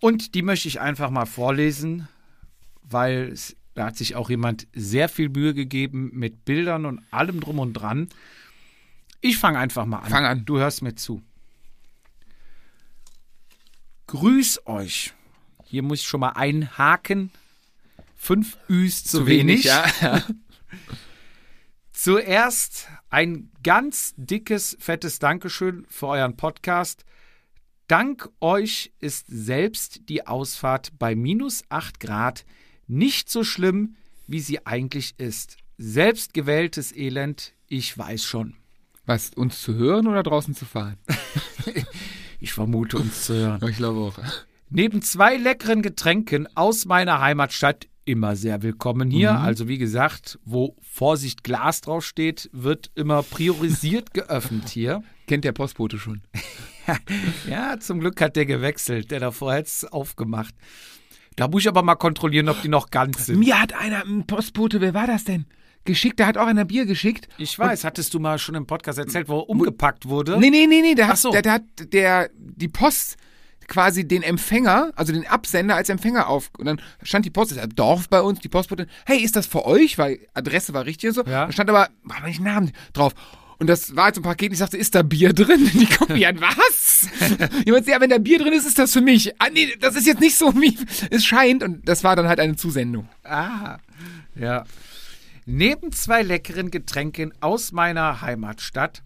Speaker 1: Und die möchte ich einfach mal vorlesen, weil es, da hat sich auch jemand sehr viel Mühe gegeben mit Bildern und allem drum und dran. Ich fange einfach mal an.
Speaker 2: Fang an.
Speaker 1: Du hörst mir zu. Grüß euch. Hier muss ich schon mal einhaken. Fünf Üs zu, wenig.
Speaker 2: ja.
Speaker 1: Zuerst ein ganz dickes, fettes Dankeschön für euren Podcast. Dank euch ist selbst die Ausfahrt bei minus 8 Grad nicht so schlimm, wie sie eigentlich ist. Selbstgewähltes Elend, ich weiß schon.
Speaker 2: Was, uns zu hören oder draußen zu fahren?
Speaker 1: Ich vermute uns zu hören.
Speaker 2: Ich glaube auch.
Speaker 1: Neben zwei leckeren Getränken aus meiner Heimatstadt immer sehr willkommen hier. Also wie gesagt, wo Vorsicht Glas draufsteht, wird immer priorisiert geöffnet hier.
Speaker 2: Kennt der Postbote schon.
Speaker 1: Ja, zum Glück hat der gewechselt, der davor hat es aufgemacht. Da muss ich aber mal kontrollieren, ob die noch ganz sind.
Speaker 2: Mir hat einer, ein Postbote, wer war das denn? Geschickt, da hat auch einer Bier geschickt.
Speaker 1: Ich weiß, hattest du mal schon im Podcast erzählt, wo er umgepackt wurde?
Speaker 2: Nee, nee, nee, nee, da
Speaker 1: Ach
Speaker 2: hat,
Speaker 1: so.
Speaker 2: da, da hat der, die Post quasi den Empfänger, also den Absender als Empfänger auf. Und dann stand die Post, das ist ein Dorf bei uns, die Postbote, hey, ist das für euch? Weil Adresse war richtig und so.
Speaker 1: Ja.
Speaker 2: Da stand aber, war aber nicht ein Name drauf. Und das war jetzt ein Paket, ich sagte, ist da Bier drin? Die gucken mich an, was? Jemand sagt, ja, wenn da Bier drin ist, ist das für mich. Ah, nee, das ist jetzt nicht so, wie es scheint. Und das war dann halt eine Zusendung.
Speaker 1: Ah, ja. Neben zwei leckeren Getränken aus meiner Heimatstadt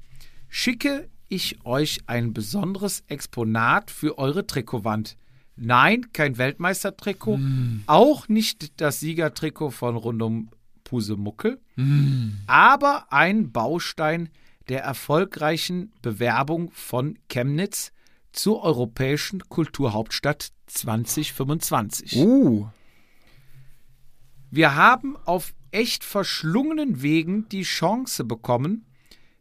Speaker 1: schicke ich euch ein besonderes Exponat für eure Trikotwand. Nein, kein Weltmeistertrikot, auch nicht das Siegertrikot von Rundum Pusemuckel, aber ein Baustein der erfolgreichen Bewerbung von Chemnitz zur europäischen Kulturhauptstadt 2025.
Speaker 2: Uh.
Speaker 1: Wir haben auf echt verschlungenen Wegen die Chance bekommen,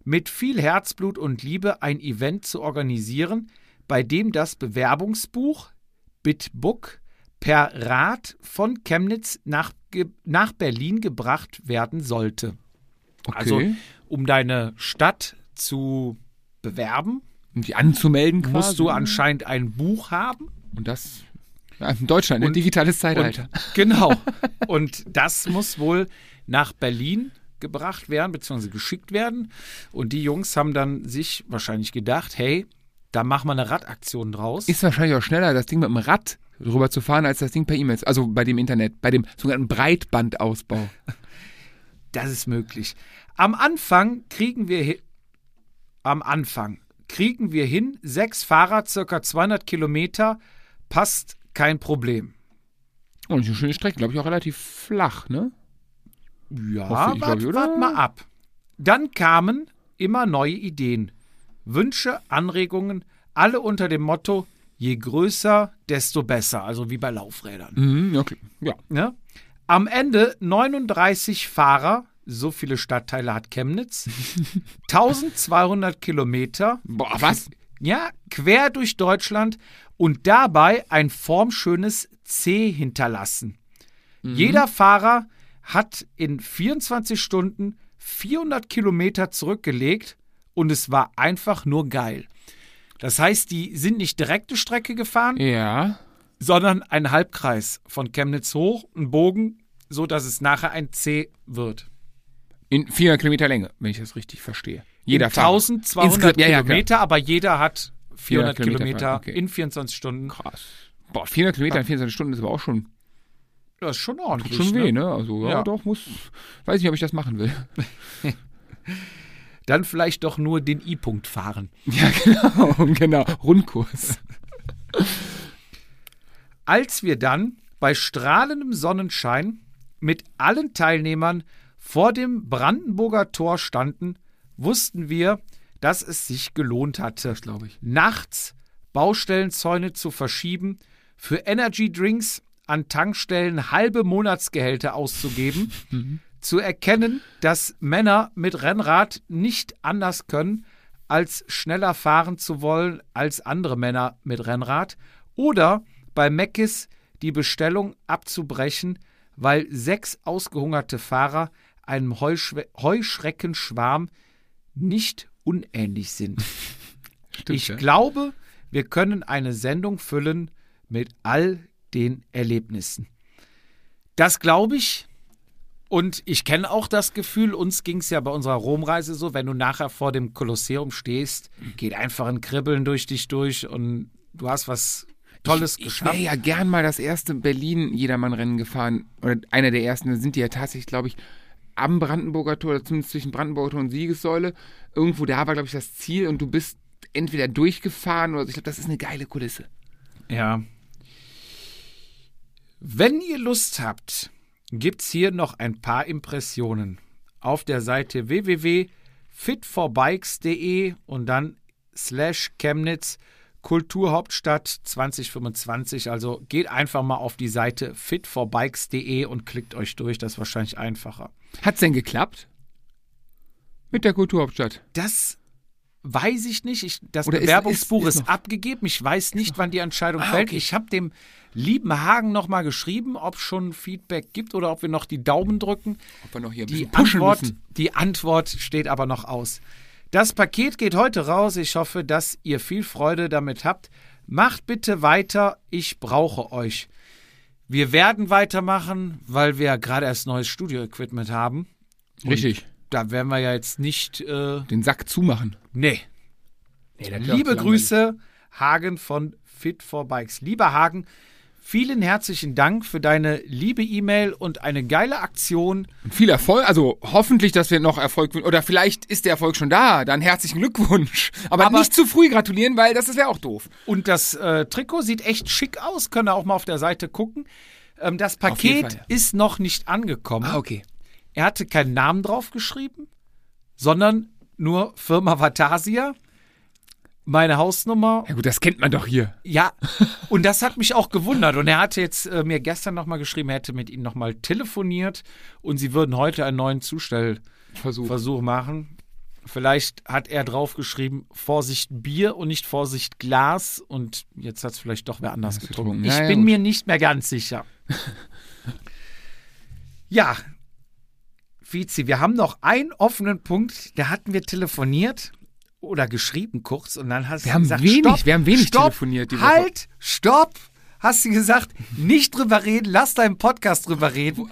Speaker 1: mit viel Herzblut und Liebe ein Event zu organisieren, bei dem das Bewerbungsbuch Bitbook per Rad von Chemnitz nach, ge- nach Berlin gebracht werden sollte.
Speaker 2: Okay.
Speaker 1: Also, um deine Stadt zu bewerben,
Speaker 2: um die anzumelden quasi.
Speaker 1: musst du anscheinend ein Buch haben.
Speaker 2: Und das ja, in Deutschland, ein digitales Zeitalter.
Speaker 1: Und, genau. Und das muss wohl nach Berlin gebracht werden, beziehungsweise geschickt werden. Und die Jungs haben dann sich wahrscheinlich gedacht, hey, da machen wir eine Radaktion draus.
Speaker 2: ist wahrscheinlich auch schneller, das Ding mit dem Rad drüber zu fahren, als das Ding per E-Mails. Also bei dem Internet, bei dem sogenannten Breitbandausbau.
Speaker 1: das ist möglich. Am Anfang kriegen wir hi- am Anfang kriegen wir hin, sechs Fahrer, circa 200 Kilometer, passt kein Problem.
Speaker 2: Und eine schöne Strecke, glaube ich, auch relativ flach, ne?
Speaker 1: Ja,
Speaker 2: Hoffe
Speaker 1: wart,
Speaker 2: ich, glaub ich, oder?
Speaker 1: wart mal ab. Dann kamen immer neue Ideen, Wünsche, Anregungen, alle unter dem Motto, je größer, desto besser, also wie bei Laufrädern.
Speaker 2: Mhm, ja, klar. ja.
Speaker 1: Ne? Am Ende 39 Fahrer, so viele Stadtteile hat Chemnitz, 1200 Kilometer,
Speaker 2: Boah, was?
Speaker 1: ja, quer durch Deutschland und dabei ein formschönes C hinterlassen.
Speaker 2: Mhm.
Speaker 1: Jeder Fahrer hat in 24 Stunden 400 Kilometer zurückgelegt und es war einfach nur geil. Das heißt, die sind nicht direkte Strecke gefahren,
Speaker 2: Ja.
Speaker 1: sondern ein Halbkreis von Chemnitz hoch, ein Bogen, so dass es nachher ein C wird.
Speaker 2: In 400 Kilometer Länge, wenn ich das richtig verstehe. Jeder Fahrer.
Speaker 1: 1200
Speaker 2: Insgesamt- ja, ja, klar.
Speaker 1: Kilometer, aber jeder hat 400 Kilometer,
Speaker 2: Kilometer fahren, okay.
Speaker 1: in 24 Stunden.
Speaker 2: Krass. Boah, 400 Kilometer in 24 Stunden ist aber auch schon,
Speaker 1: Das ist schon ordentlich.
Speaker 2: schon
Speaker 1: ne?
Speaker 2: weh, ne? Also, ja,
Speaker 1: Ja.
Speaker 2: doch, muss. Weiß nicht, ob ich das machen will.
Speaker 1: Dann vielleicht doch nur den I-Punkt fahren.
Speaker 2: Ja, genau, genau. Rundkurs.
Speaker 1: als wir dann bei strahlendem Sonnenschein mit allen Teilnehmern vor dem Brandenburger Tor standen, wussten wir, dass es sich gelohnt hatte,
Speaker 2: glaube ich.
Speaker 1: nachts Baustellenzäune zu verschieben, für Energy Drinks an Tankstellen halbe Monatsgehälter auszugeben, zu erkennen, dass Männer mit Rennrad nicht anders können, als schneller fahren zu wollen als andere Männer mit Rennrad oder bei Meckes die Bestellung abzubrechen, weil sechs ausgehungerte Fahrer einem Heuschwe Heuschreckenschwarm nicht unähnlich sind.
Speaker 2: Stimmt,
Speaker 1: ich
Speaker 2: ja.
Speaker 1: glaube, wir können eine Sendung füllen mit all den Erlebnissen. Das glaube ich. Und ich kenne auch das Gefühl, uns ging es ja bei unserer Romreise so, wenn du nachher vor dem Kolosseum stehst, geht einfach ein Kribbeln durch dich durch und du hast was Tolles
Speaker 2: Ich
Speaker 1: geschafft.
Speaker 2: wäre ja gern mal das erste Berlin-Jedermann-Rennen gefahren. Oder einer der ersten. Da sind die ja tatsächlich, glaube ich, am Brandenburger Tor, oder zumindest zwischen Brandenburger Tor und Siegessäule. Irgendwo da war, glaube ich, das Ziel und du bist entweder durchgefahren oder so. Ich glaube, das ist eine geile Kulisse.
Speaker 1: Ja. Wenn ihr Lust habt, gibt es hier noch ein paar Impressionen. Auf der Seite www.fitforbikes.de und dann slash Chemnitz Kulturhauptstadt 2025. Also geht einfach mal auf die Seite fitforbikes.de und klickt euch durch. Das ist wahrscheinlich einfacher.
Speaker 2: Hat's denn geklappt? Mit der Kulturhauptstadt.
Speaker 1: Das weiß ich nicht. Ich, das
Speaker 2: Oder ist-
Speaker 1: Bewerbungsbuch
Speaker 2: ist-
Speaker 1: ist,
Speaker 2: ist noch- Genau. Ah,
Speaker 1: abgegeben. Ich weiß nicht, wann die Entscheidung fällt. Ich habe dem lieben Hagen nochmal geschrieben, ob schon Feedback gibt oder ob wir noch die Daumen drücken.
Speaker 2: Ob wir noch hier ein
Speaker 1: Die
Speaker 2: bisschen pushen
Speaker 1: Antwort,
Speaker 2: müssen.
Speaker 1: die Antwort steht aber noch aus. Das Paket geht heute raus. Ich hoffe, dass ihr viel Freude damit habt. Macht bitte weiter. Ich brauche euch. Wir werden weitermachen, weil wir gerade erst neues Studio-Equipment haben.
Speaker 2: Richtig.
Speaker 1: Da werden wir ja jetzt nicht äh,
Speaker 2: Den Sack zumachen.
Speaker 1: Nee. Liebe Grüße, Hagen von Fit for Bikes. Lieber Hagen, vielen herzlichen Dank für deine liebe E-Mail und eine geile Aktion.
Speaker 2: Und viel Erfolg, also hoffentlich, dass wir noch Erfolg finden. Oder vielleicht ist der Erfolg schon da. Dann herzlichen Glückwunsch. Aber,
Speaker 1: Aber-
Speaker 2: nicht zu früh gratulieren, weil das wäre auch doof.
Speaker 1: Und das äh, Trikot sieht echt schick aus. Könnt ihr auch mal auf der Seite gucken. Ähm, das
Speaker 2: jeden
Speaker 1: Paket
Speaker 2: Fall, Ah,
Speaker 1: ist noch nicht angekommen.
Speaker 2: okay.
Speaker 1: Er hatte keinen Namen drauf geschrieben, sondern nur Firma Vatasia, meine Hausnummer
Speaker 2: Ja gut, das kennt man doch hier.
Speaker 1: Ja, und das hat mich auch gewundert. Und er hatte jetzt äh, mir gestern nochmal geschrieben, er hätte mit ihnen nochmal telefoniert und sie würden heute einen neuen Zustellversuch
Speaker 2: Versuch.
Speaker 1: machen. Vielleicht hat er draufgeschrieben, Vorsicht Bier und nicht Vorsicht Glas. Und jetzt hat es vielleicht doch wer anders
Speaker 2: Hast du
Speaker 1: getrunken.
Speaker 2: getrunken.
Speaker 1: Ich
Speaker 2: Ja, ja,
Speaker 1: bin
Speaker 2: gut.
Speaker 1: mir nicht mehr ganz sicher. ja, Vizi, wir haben noch einen offenen Punkt. Da hatten wir telefoniert oder geschrieben kurz und dann hast
Speaker 2: Wir
Speaker 1: du
Speaker 2: haben
Speaker 1: gesagt,
Speaker 2: wenig-
Speaker 1: stopp,
Speaker 2: wir haben wenig
Speaker 1: stopp,
Speaker 2: telefoniert die Woche.
Speaker 1: Halt, stopp, hast du gesagt, nicht drüber reden, lass deinen Podcast drüber reden.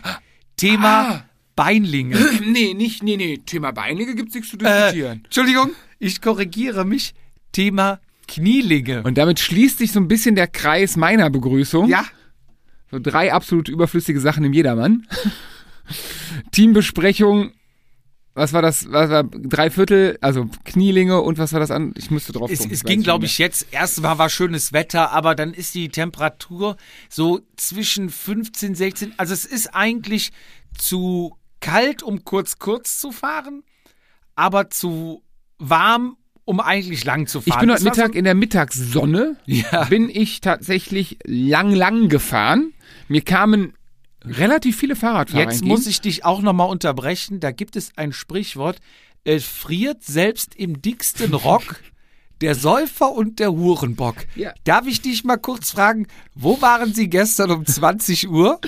Speaker 1: Thema
Speaker 2: Ah.
Speaker 1: Beinlinge.
Speaker 2: nee, nicht, nee, nee. Thema Beinlinge gibt's nichts zu
Speaker 1: Äh,
Speaker 2: diskutieren.
Speaker 1: Entschuldigung, ich korrigiere mich. Thema Knielinge.
Speaker 2: Und damit schließt sich so ein bisschen der Kreis meiner Begrüßung.
Speaker 1: ja,
Speaker 2: So drei absolut überflüssige Sachen im Jedermann. Teambesprechung. Was war das? Was war drei Viertel? Also Knielinge und was war das an? Ich musste drauf
Speaker 1: es,
Speaker 2: gucken,
Speaker 1: es
Speaker 2: weiß
Speaker 1: ging,
Speaker 2: nicht
Speaker 1: glaube
Speaker 2: mehr.
Speaker 1: ich, jetzt erstmal war schönes Wetter, aber dann ist die Temperatur so zwischen 15, 16. Also es ist eigentlich zu kalt, um kurz kurz zu fahren, aber zu warm, um eigentlich lang zu fahren.
Speaker 2: Ich bin
Speaker 1: Das
Speaker 2: heute
Speaker 1: war so-
Speaker 2: Mittag in der Mittagssonne. Bin ich tatsächlich lang, lang gefahren. Mir kamen relativ viele Fahrradfahrer
Speaker 1: Jetzt
Speaker 2: entgegen.
Speaker 1: muss ich dich auch nochmal äh, unterbrechen. Da gibt es ein Sprichwort. Es friert selbst im dicksten Rock der Säufer und der Hurenbock.
Speaker 2: Ja.
Speaker 1: Darf ich dich mal kurz fragen, wo waren Sie gestern um 20 Uhr?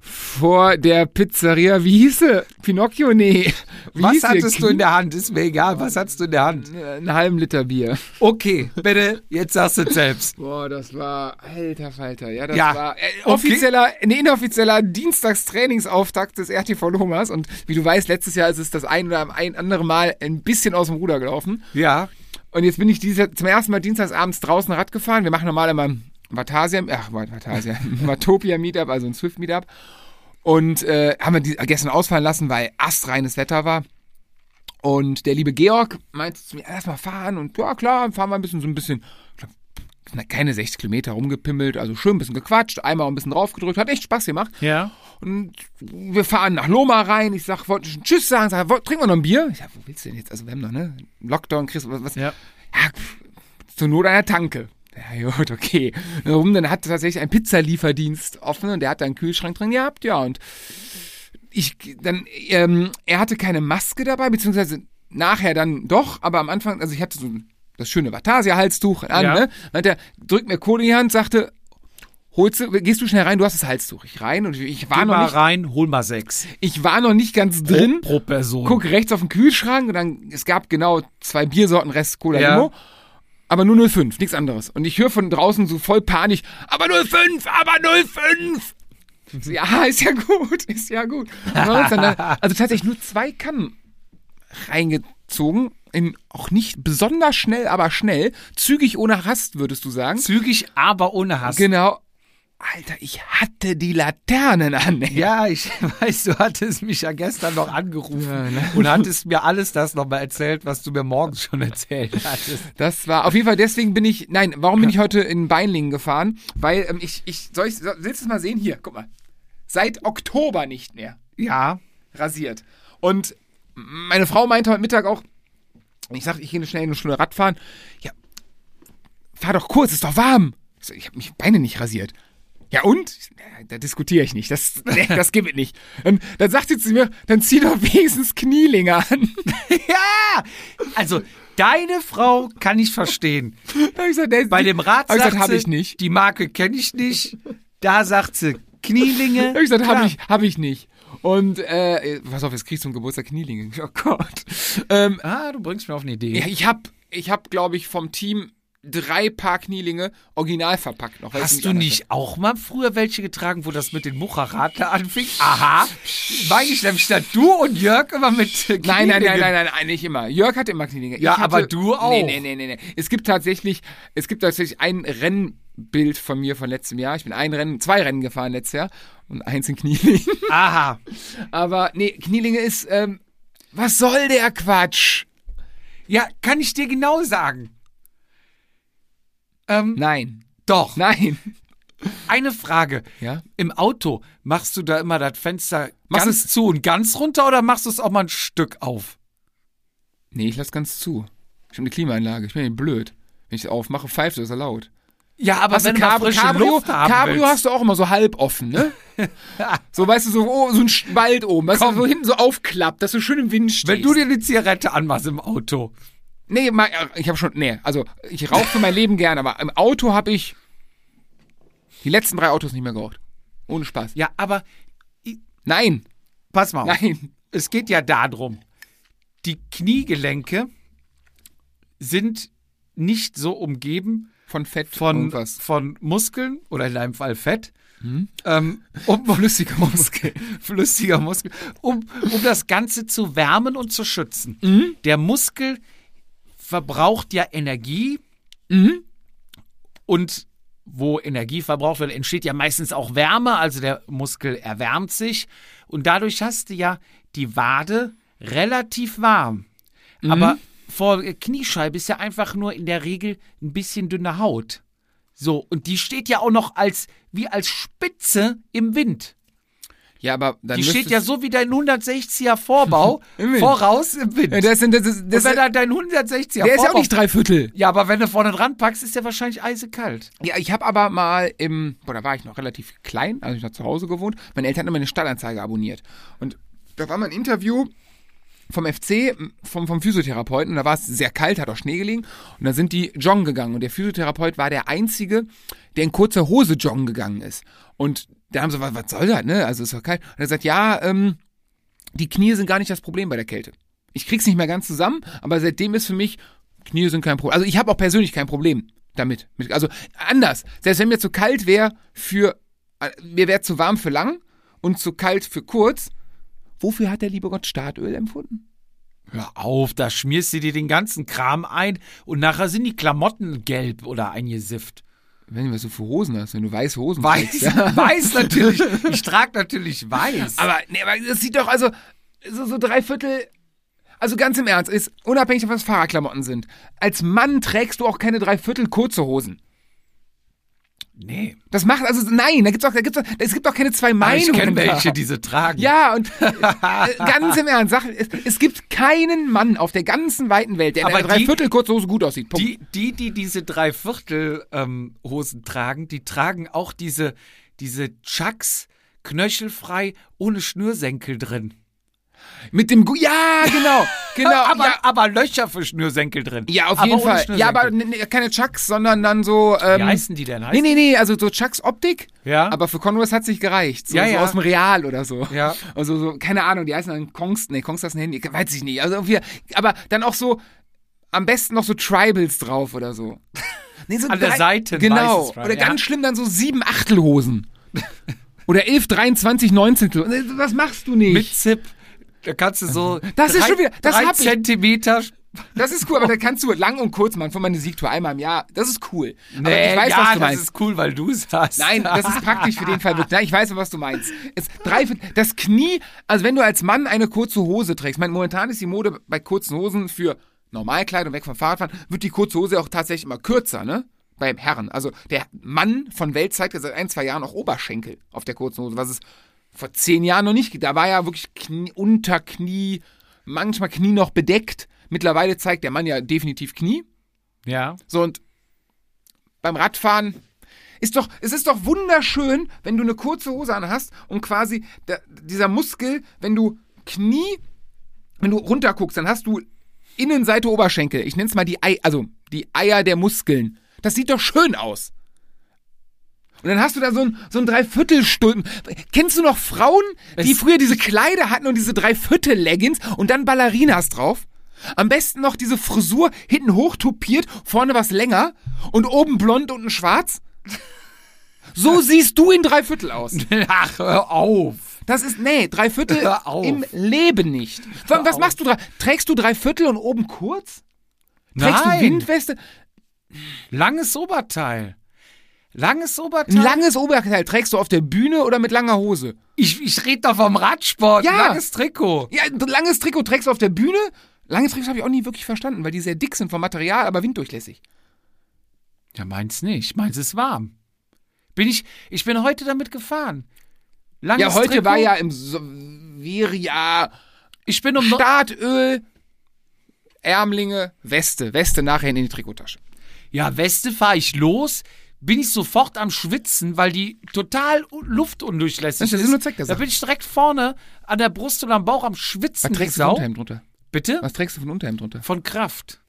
Speaker 2: Vor der Pizzeria, wie hieß sie? Pinocchio, nee. Wie hieß
Speaker 1: Was
Speaker 2: sie? Äh,
Speaker 1: hattest du in der Hand? Ist mir egal, was hattest du in der Hand?
Speaker 2: Einen halben Liter Bier.
Speaker 1: Okay, bitte, jetzt sagst du es selbst.
Speaker 2: Boah, das war, alter Falter, ja, das
Speaker 1: Ja,
Speaker 2: war äh,
Speaker 1: okay.
Speaker 2: offizieller, ein inaffizieller Dienstagstrainingsauftakt des RTV Lomas und wie du weißt, letztes Jahr ist es das ein oder ein andere Mal ein bisschen aus dem Ruder gelaufen
Speaker 1: Ja,
Speaker 2: und jetzt bin ich diese, zum ersten Mal dienstagsabends draußen Rad gefahren, wir machen normal immer ein Vatasia, ach, Vatasia, Matopia Meetup, also ein Swift Meetup und äh, haben wir die gestern ausfallen lassen, weil astreines Wetter war. Und der liebe Georg meinte zu mir, lass mal fahren. Und ja, klar, fahren wir ein bisschen, so ein bisschen, ich glaub, na, keine 60 Kilometer rumgepimmelt, also schön ein bisschen gequatscht, einmal ein bisschen draufgedrückt, hat echt Spaß gemacht.
Speaker 1: ja.
Speaker 2: Und wir fahren nach Loma rein. Ich sag, wollte schon Tschüss sagen, sag, wollt- trinken wir noch ein Bier? Ich sag, wo willst du denn jetzt? Also wir haben noch, ne? Lockdown, Chris, was? was?
Speaker 1: Ja.
Speaker 2: ja, pff, zur Not an der Tanke. Ja, gut, okay. Warum? Dann hat tatsächlich ein Pizzalieferdienst offen und der hat da einen Kühlschrank drin gehabt, ja. Und ich, dann, ähm, er hatte keine Maske dabei, beziehungsweise nachher dann doch, aber am Anfang, also ich hatte so ein- das schöne Vatasia-Halstuch an,
Speaker 1: Ja.
Speaker 2: ne? Hat er, drückt mir Kohle in die Hand, sagte, holst du, gehst du schnell rein, du hast das Halstuch. Ich rein und ich war
Speaker 1: Geh
Speaker 2: noch
Speaker 1: mal
Speaker 2: nicht,
Speaker 1: rein, hol mal sechs.
Speaker 2: ich war noch nicht ganz drin.
Speaker 1: Pro, pro Person.
Speaker 2: Guck rechts auf den Kühlschrank und dann, es gab genau zwei Biersorten, Rest Cola
Speaker 1: Ja.
Speaker 2: Limo. Aber nur 05, nichts anderes. Und ich höre von draußen so voll Panik, aber 05, aber 05! Ich so, Ja, ist ja gut, ist ja gut. Und dann haben wir uns dann da- also tatsächlich nur zwei Kannen reingezogen, in auch nicht besonders schnell, aber schnell. Zügig ohne Hast, würdest du sagen.
Speaker 1: Zügig, aber ohne Hass.
Speaker 2: Genau. Alter, ich hatte die Laternen an. Ey.
Speaker 1: Ja, ich weiß, du hattest mich ja gestern noch angerufen
Speaker 2: ne?
Speaker 1: und hattest mir alles das nochmal erzählt, was du mir morgens schon erzählt hattest.
Speaker 2: Das war auf jeden Fall, deswegen bin ich, nein, warum bin ich heute in Beinlingen gefahren? Weil ähm, ich, ich, soll ich, soll- willst du es mal sehen? Hier, guck mal. Seit Oktober nicht mehr
Speaker 1: Ja,
Speaker 2: rasiert. Und meine Frau meinte heute Mittag auch, ich sagte, ich gehe schnell eine Stunde Radfahren. Ja, fahr doch kurz, ist doch warm. Ich, so, ich habe mich Beine nicht rasiert. Ja und? Ich so, "Ja, Da diskutiere ich nicht. Das, nee, das gibt es nicht. Und dann sagt sie zu mir, dann zieh doch wenigstens Knielinger an.
Speaker 1: Ja! Also, deine Frau kann ich verstehen.
Speaker 2: Da hab ich gesagt, nee,
Speaker 1: Bei dem Rad
Speaker 2: hab ich
Speaker 1: sagt
Speaker 2: gesagt, habe
Speaker 1: sie,
Speaker 2: ich nicht.
Speaker 1: Die Marke kenne ich nicht. Da sagt sie Knielinge.
Speaker 2: Hab ich gesagt,
Speaker 1: Klar.
Speaker 2: habe ich, hab ich nicht. Und, äh, pass auf, jetzt kriegst du zum Geburtstag Knielinge. Oh Gott. Ähm,
Speaker 1: Ah, du bringst mir auf eine Idee.
Speaker 2: ja, ich habe, ich hab, glaube ich, vom Team drei Paar Knielinge original verpackt noch. weil ich also
Speaker 1: Hast
Speaker 2: sie
Speaker 1: du
Speaker 2: anders
Speaker 1: nicht auch mal früher welche getragen, wo das mit den Mucherater anfing? Aha. Meine ich nämlich, dass du und Jörg immer mit äh,
Speaker 2: hatte. Nein, nein, nein,
Speaker 1: Knielinge-
Speaker 2: nein, nein, nein, nicht immer. Jörg hatte immer Knielinge.
Speaker 1: Ja,
Speaker 2: Ich hatte,
Speaker 1: aber du auch.
Speaker 2: Nee, nee, nee, nee, nee. Es gibt tatsächlich, es gibt tatsächlich ein Rennbild von mir von letztem Jahr. Ich bin ein Rennen, zwei Rennen gefahren letztes Jahr und eins in Knielinge.
Speaker 1: Aha.
Speaker 2: Aber nee, Knielinge ist, ähm, was soll der Quatsch?
Speaker 1: Ja, kann ich dir genau sagen. Ähm,
Speaker 2: Nein,
Speaker 1: doch.
Speaker 2: nein.
Speaker 1: Eine Frage.
Speaker 2: Ja?
Speaker 1: Im Auto machst du da immer das Fenster
Speaker 2: Machst
Speaker 1: ganz zu und ganz runter oder machst du es auch mal ein Stück auf?
Speaker 2: Nee, ich lass ganz zu. Ich habe eine Klimaanlage. Ich bin ja nicht blöd. Wenn ich aufmache, pfeift das ist er laut.
Speaker 1: Ja, aber
Speaker 2: Hast du Cabrio- Cabrio, Cabrio hast du auch immer so halb offen, ne? so, weißt du, so, oh, so ein Spalt oben, weißt du, so hinten so aufklappt, dass du schön im Wind stehst.
Speaker 1: Wenn du dir eine Zigarette anmachst im Auto.
Speaker 2: nee, mal, ich habe schon, nee, also ich rauche für mein Leben gern, aber im Auto habe ich die letzten drei Autos nicht mehr geraucht. Ohne Spaß.
Speaker 1: Ja, aber
Speaker 2: Nein,
Speaker 1: pass mal auf.
Speaker 2: nein.
Speaker 1: Es geht ja darum, die Kniegelenke sind nicht so umgeben
Speaker 2: Von Fett
Speaker 1: von,
Speaker 2: irgendwas. Hm?
Speaker 1: von Muskeln oder in deinem Fall Fett. Ähm, um flüssiger Muskel. flüssiger Muskel. Um, um das Ganze zu wärmen und zu schützen.
Speaker 2: Mhm.
Speaker 1: Der Muskel verbraucht ja Energie.
Speaker 2: Mhm.
Speaker 1: Und wo Energie verbraucht wird, entsteht ja meistens auch Wärme, also der Muskel erwärmt sich und dadurch hast du ja die Wade relativ warm.
Speaker 2: Mhm.
Speaker 1: Aber vor der Kniescheibe ist ja einfach nur in der Regel ein bisschen dünne Haut. So, und die steht ja auch noch als, wie als Spitze im Wind.
Speaker 2: Ja, aber dann
Speaker 1: Die steht
Speaker 2: müsstest-
Speaker 1: ja so wie dein 160er Vorbau
Speaker 2: Im Wind.
Speaker 1: voraus im Wind.
Speaker 2: Ja, Das, sind- das, ist- das,
Speaker 1: und wenn da
Speaker 2: das,
Speaker 1: dein 160er
Speaker 2: der ist
Speaker 1: Vorbau,
Speaker 2: ja auch nicht drei Viertel.
Speaker 1: ja, aber wenn du vorne dran packst, ist der wahrscheinlich eisekalt.
Speaker 2: Ja, ich habe aber mal im, boah, da war ich noch relativ klein, also ich noch zu Hause gewohnt. Meine Eltern haben immer eine Stadtanzeige abonniert. Und da war mal ein Interview vom FC, vom, vom Physiotherapeuten, und da war es sehr kalt, hat auch Schnee gelegen, und da sind die joggen gegangen. Und der Physiotherapeut war der Einzige, der in kurzer Hose joggen gegangen ist. Und da haben sie, was, was soll das, ne? Also ist doch kalt. Und er sagt, ja, ähm, die Knie sind gar nicht das Problem bei der Kälte. Ich krieg's nicht mehr ganz zusammen, aber seitdem ist für mich, Knie sind kein Problem. Also ich habe auch persönlich kein Problem damit. Mit- Also anders. Selbst wenn mir zu kalt wäre für, äh, mir wäre zu warm für lang und zu kalt für kurz, wofür hat der liebe Gott Startöl empfunden?
Speaker 1: Hör auf, da schmierst du dir den ganzen Kram ein und nachher sind die Klamotten gelb oder eingesifft.
Speaker 2: Wenn du was du für Hosen hast, wenn du weiße Hosen
Speaker 1: Weiß,
Speaker 2: trägst, ja.
Speaker 1: weiß natürlich. Ich trage natürlich weiß.
Speaker 2: Aber, nee, aber das sieht doch, also, so, so drei Viertel. Also ganz im Ernst, ist unabhängig, ob was Fahrerklamotten sind. Als Mann trägst du auch keine Dreiviertel kurze Hosen.
Speaker 1: nee.
Speaker 2: Das macht also nein, da gibt's auch, da gibt's auch, es gibt auch keine zwei
Speaker 1: Aber
Speaker 2: Meinungen.
Speaker 1: Ah, ich kenne
Speaker 2: da.
Speaker 1: welche, die sie tragen.
Speaker 2: Ja, und äh, ganz im Ernst, sag, es, es gibt keinen Mann auf der ganzen weiten Welt, der in
Speaker 1: Aber
Speaker 2: einer
Speaker 1: die-
Speaker 2: Dreiviertel kurze Hose gut aussieht. Punkt.
Speaker 1: Die, die, die diese Dreiviertel-Hosen tragen, die tragen auch diese, diese Chucks knöchelfrei ohne Schnürsenkel drin.
Speaker 2: Mit dem Gu Ja, genau. Genau.
Speaker 1: aber,
Speaker 2: ja.
Speaker 1: aber Löcher für Schnürsenkel drin.
Speaker 2: Ja, auf
Speaker 1: aber
Speaker 2: jeden
Speaker 1: ohne
Speaker 2: Fall.
Speaker 1: Schnürsenkel.
Speaker 2: Ja, aber ne- ne, keine Chucks, sondern dann so. Ähm,
Speaker 1: Wie heißen die denn?
Speaker 2: Nee, nee, nee, also so Chucks Optik.
Speaker 1: Ja.
Speaker 2: Aber für Converse hat sich gereicht. So,
Speaker 1: Ja,
Speaker 2: so
Speaker 1: ja.
Speaker 2: aus dem Real oder so.
Speaker 1: Ja.
Speaker 2: Also so, keine Ahnung, die heißen dann Kongst, nee, Kongst ist ein Handy, weiß ich nicht. Also irgendwie, aber dann auch so, am besten noch so Tribals drauf oder so. Nee, so
Speaker 1: An der
Speaker 2: drei-
Speaker 1: Seite ein
Speaker 2: Genau.
Speaker 1: weißes Tribal,
Speaker 2: oder
Speaker 1: ja.
Speaker 2: ganz schlimm dann so sieben Achtelhosen. oder elf, 23, 19. Das machst du nicht.
Speaker 1: Mit Zip. Da kannst du so.
Speaker 2: Ähm, Das ist schon wieder- das
Speaker 1: drei
Speaker 2: hab ich.
Speaker 1: Zentimeter.
Speaker 2: Das ist cool, aber da kannst du lang und kurz machen von meiner Siegtour einmal im Jahr. Das ist cool. aber ich weiß,
Speaker 1: ja,
Speaker 2: was du
Speaker 1: das
Speaker 2: meinst.
Speaker 1: ist cool, weil du es hast.
Speaker 2: Nein, das ist praktisch für den Fall. wirklich. Nein, ich weiß, was du meinst. Es, drei, das Knie, also wenn du als Mann eine kurze Hose trägst, ich meine, momentan ist die Mode bei kurzen Hosen für Normalkleidung weg vom Fahrradfahren, wird die kurze Hose auch tatsächlich immer kürzer, ne? Beim Herren. Also der Mann von Welt zeigt ja seit ein, zwei Jahren auch Oberschenkel auf der kurzen Hose, was es vor zehn Jahren noch nicht gibt. Da war ja wirklich Knie, Unterknie, manchmal Knie noch bedeckt. Mittlerweile zeigt der Mann ja definitiv Knie.
Speaker 1: Ja.
Speaker 2: So und beim Radfahren ist doch, es ist doch wunderschön, wenn du eine kurze Hose an hast und quasi da, dieser Muskel, wenn du Knie, wenn du runterguckst, dann hast du Innenseite Oberschenkel. Ich nenne es mal die Ei, also die Eier der Muskeln. Das sieht doch schön aus. Und dann hast du da so ein, so ein Dreiviertelstunden. Kennst du noch Frauen, die
Speaker 1: Es-
Speaker 2: früher diese Kleider hatten und diese Dreiviertel-Leggings und dann Ballerinas drauf? Am besten noch diese Frisur hinten hoch tupiert, vorne was länger und oben blond, unten schwarz. So siehst du in Dreiviertel aus.
Speaker 1: Ach, hör auf.
Speaker 2: Das ist, nee, Dreiviertel
Speaker 1: Hör auf.
Speaker 2: im Leben nicht. Was, was machst du? drei- Trägst du Dreiviertel und oben kurz? Trägst
Speaker 1: Nein.
Speaker 2: du Windweste?
Speaker 1: Langes Oberteil. Langes Oberteil.
Speaker 2: Ein langes Oberteil trägst du auf der Bühne oder mit langer Hose?
Speaker 1: ich ich rede doch vom Radsport.
Speaker 2: Ja.
Speaker 1: Langes Trikot.
Speaker 2: Ja, ein langes Trikot trägst du auf der Bühne. Lange Trikots habe ich auch nie wirklich verstanden, weil die sehr dick sind vom Material, aber winddurchlässig.
Speaker 1: Ja, meins nicht. Meins ist warm. Bin ich, ich bin heute damit gefahren. Langes
Speaker 2: ja, heute
Speaker 1: Trikot.
Speaker 2: war ja im Soveria
Speaker 1: Ich bin um neun-
Speaker 2: Startöl, Ärmlinge, Weste. Weste nachher in die Trikottasche.
Speaker 1: Ja, Weste fahre ich los, bin ich sofort am Schwitzen, weil die total u- luftundurchlässig
Speaker 2: Das ist der
Speaker 1: ist.
Speaker 2: Sinn und Zweck der
Speaker 1: da
Speaker 2: Sache.
Speaker 1: bin ich direkt vorne an der Brust oder am Bauch am Schwitzen.
Speaker 2: Was trägst
Speaker 1: wie
Speaker 2: du
Speaker 1: Sau.
Speaker 2: von Unterhemd drunter?
Speaker 1: Bitte?
Speaker 2: Was trägst du von Unterhemd drunter?
Speaker 1: Von Kraft.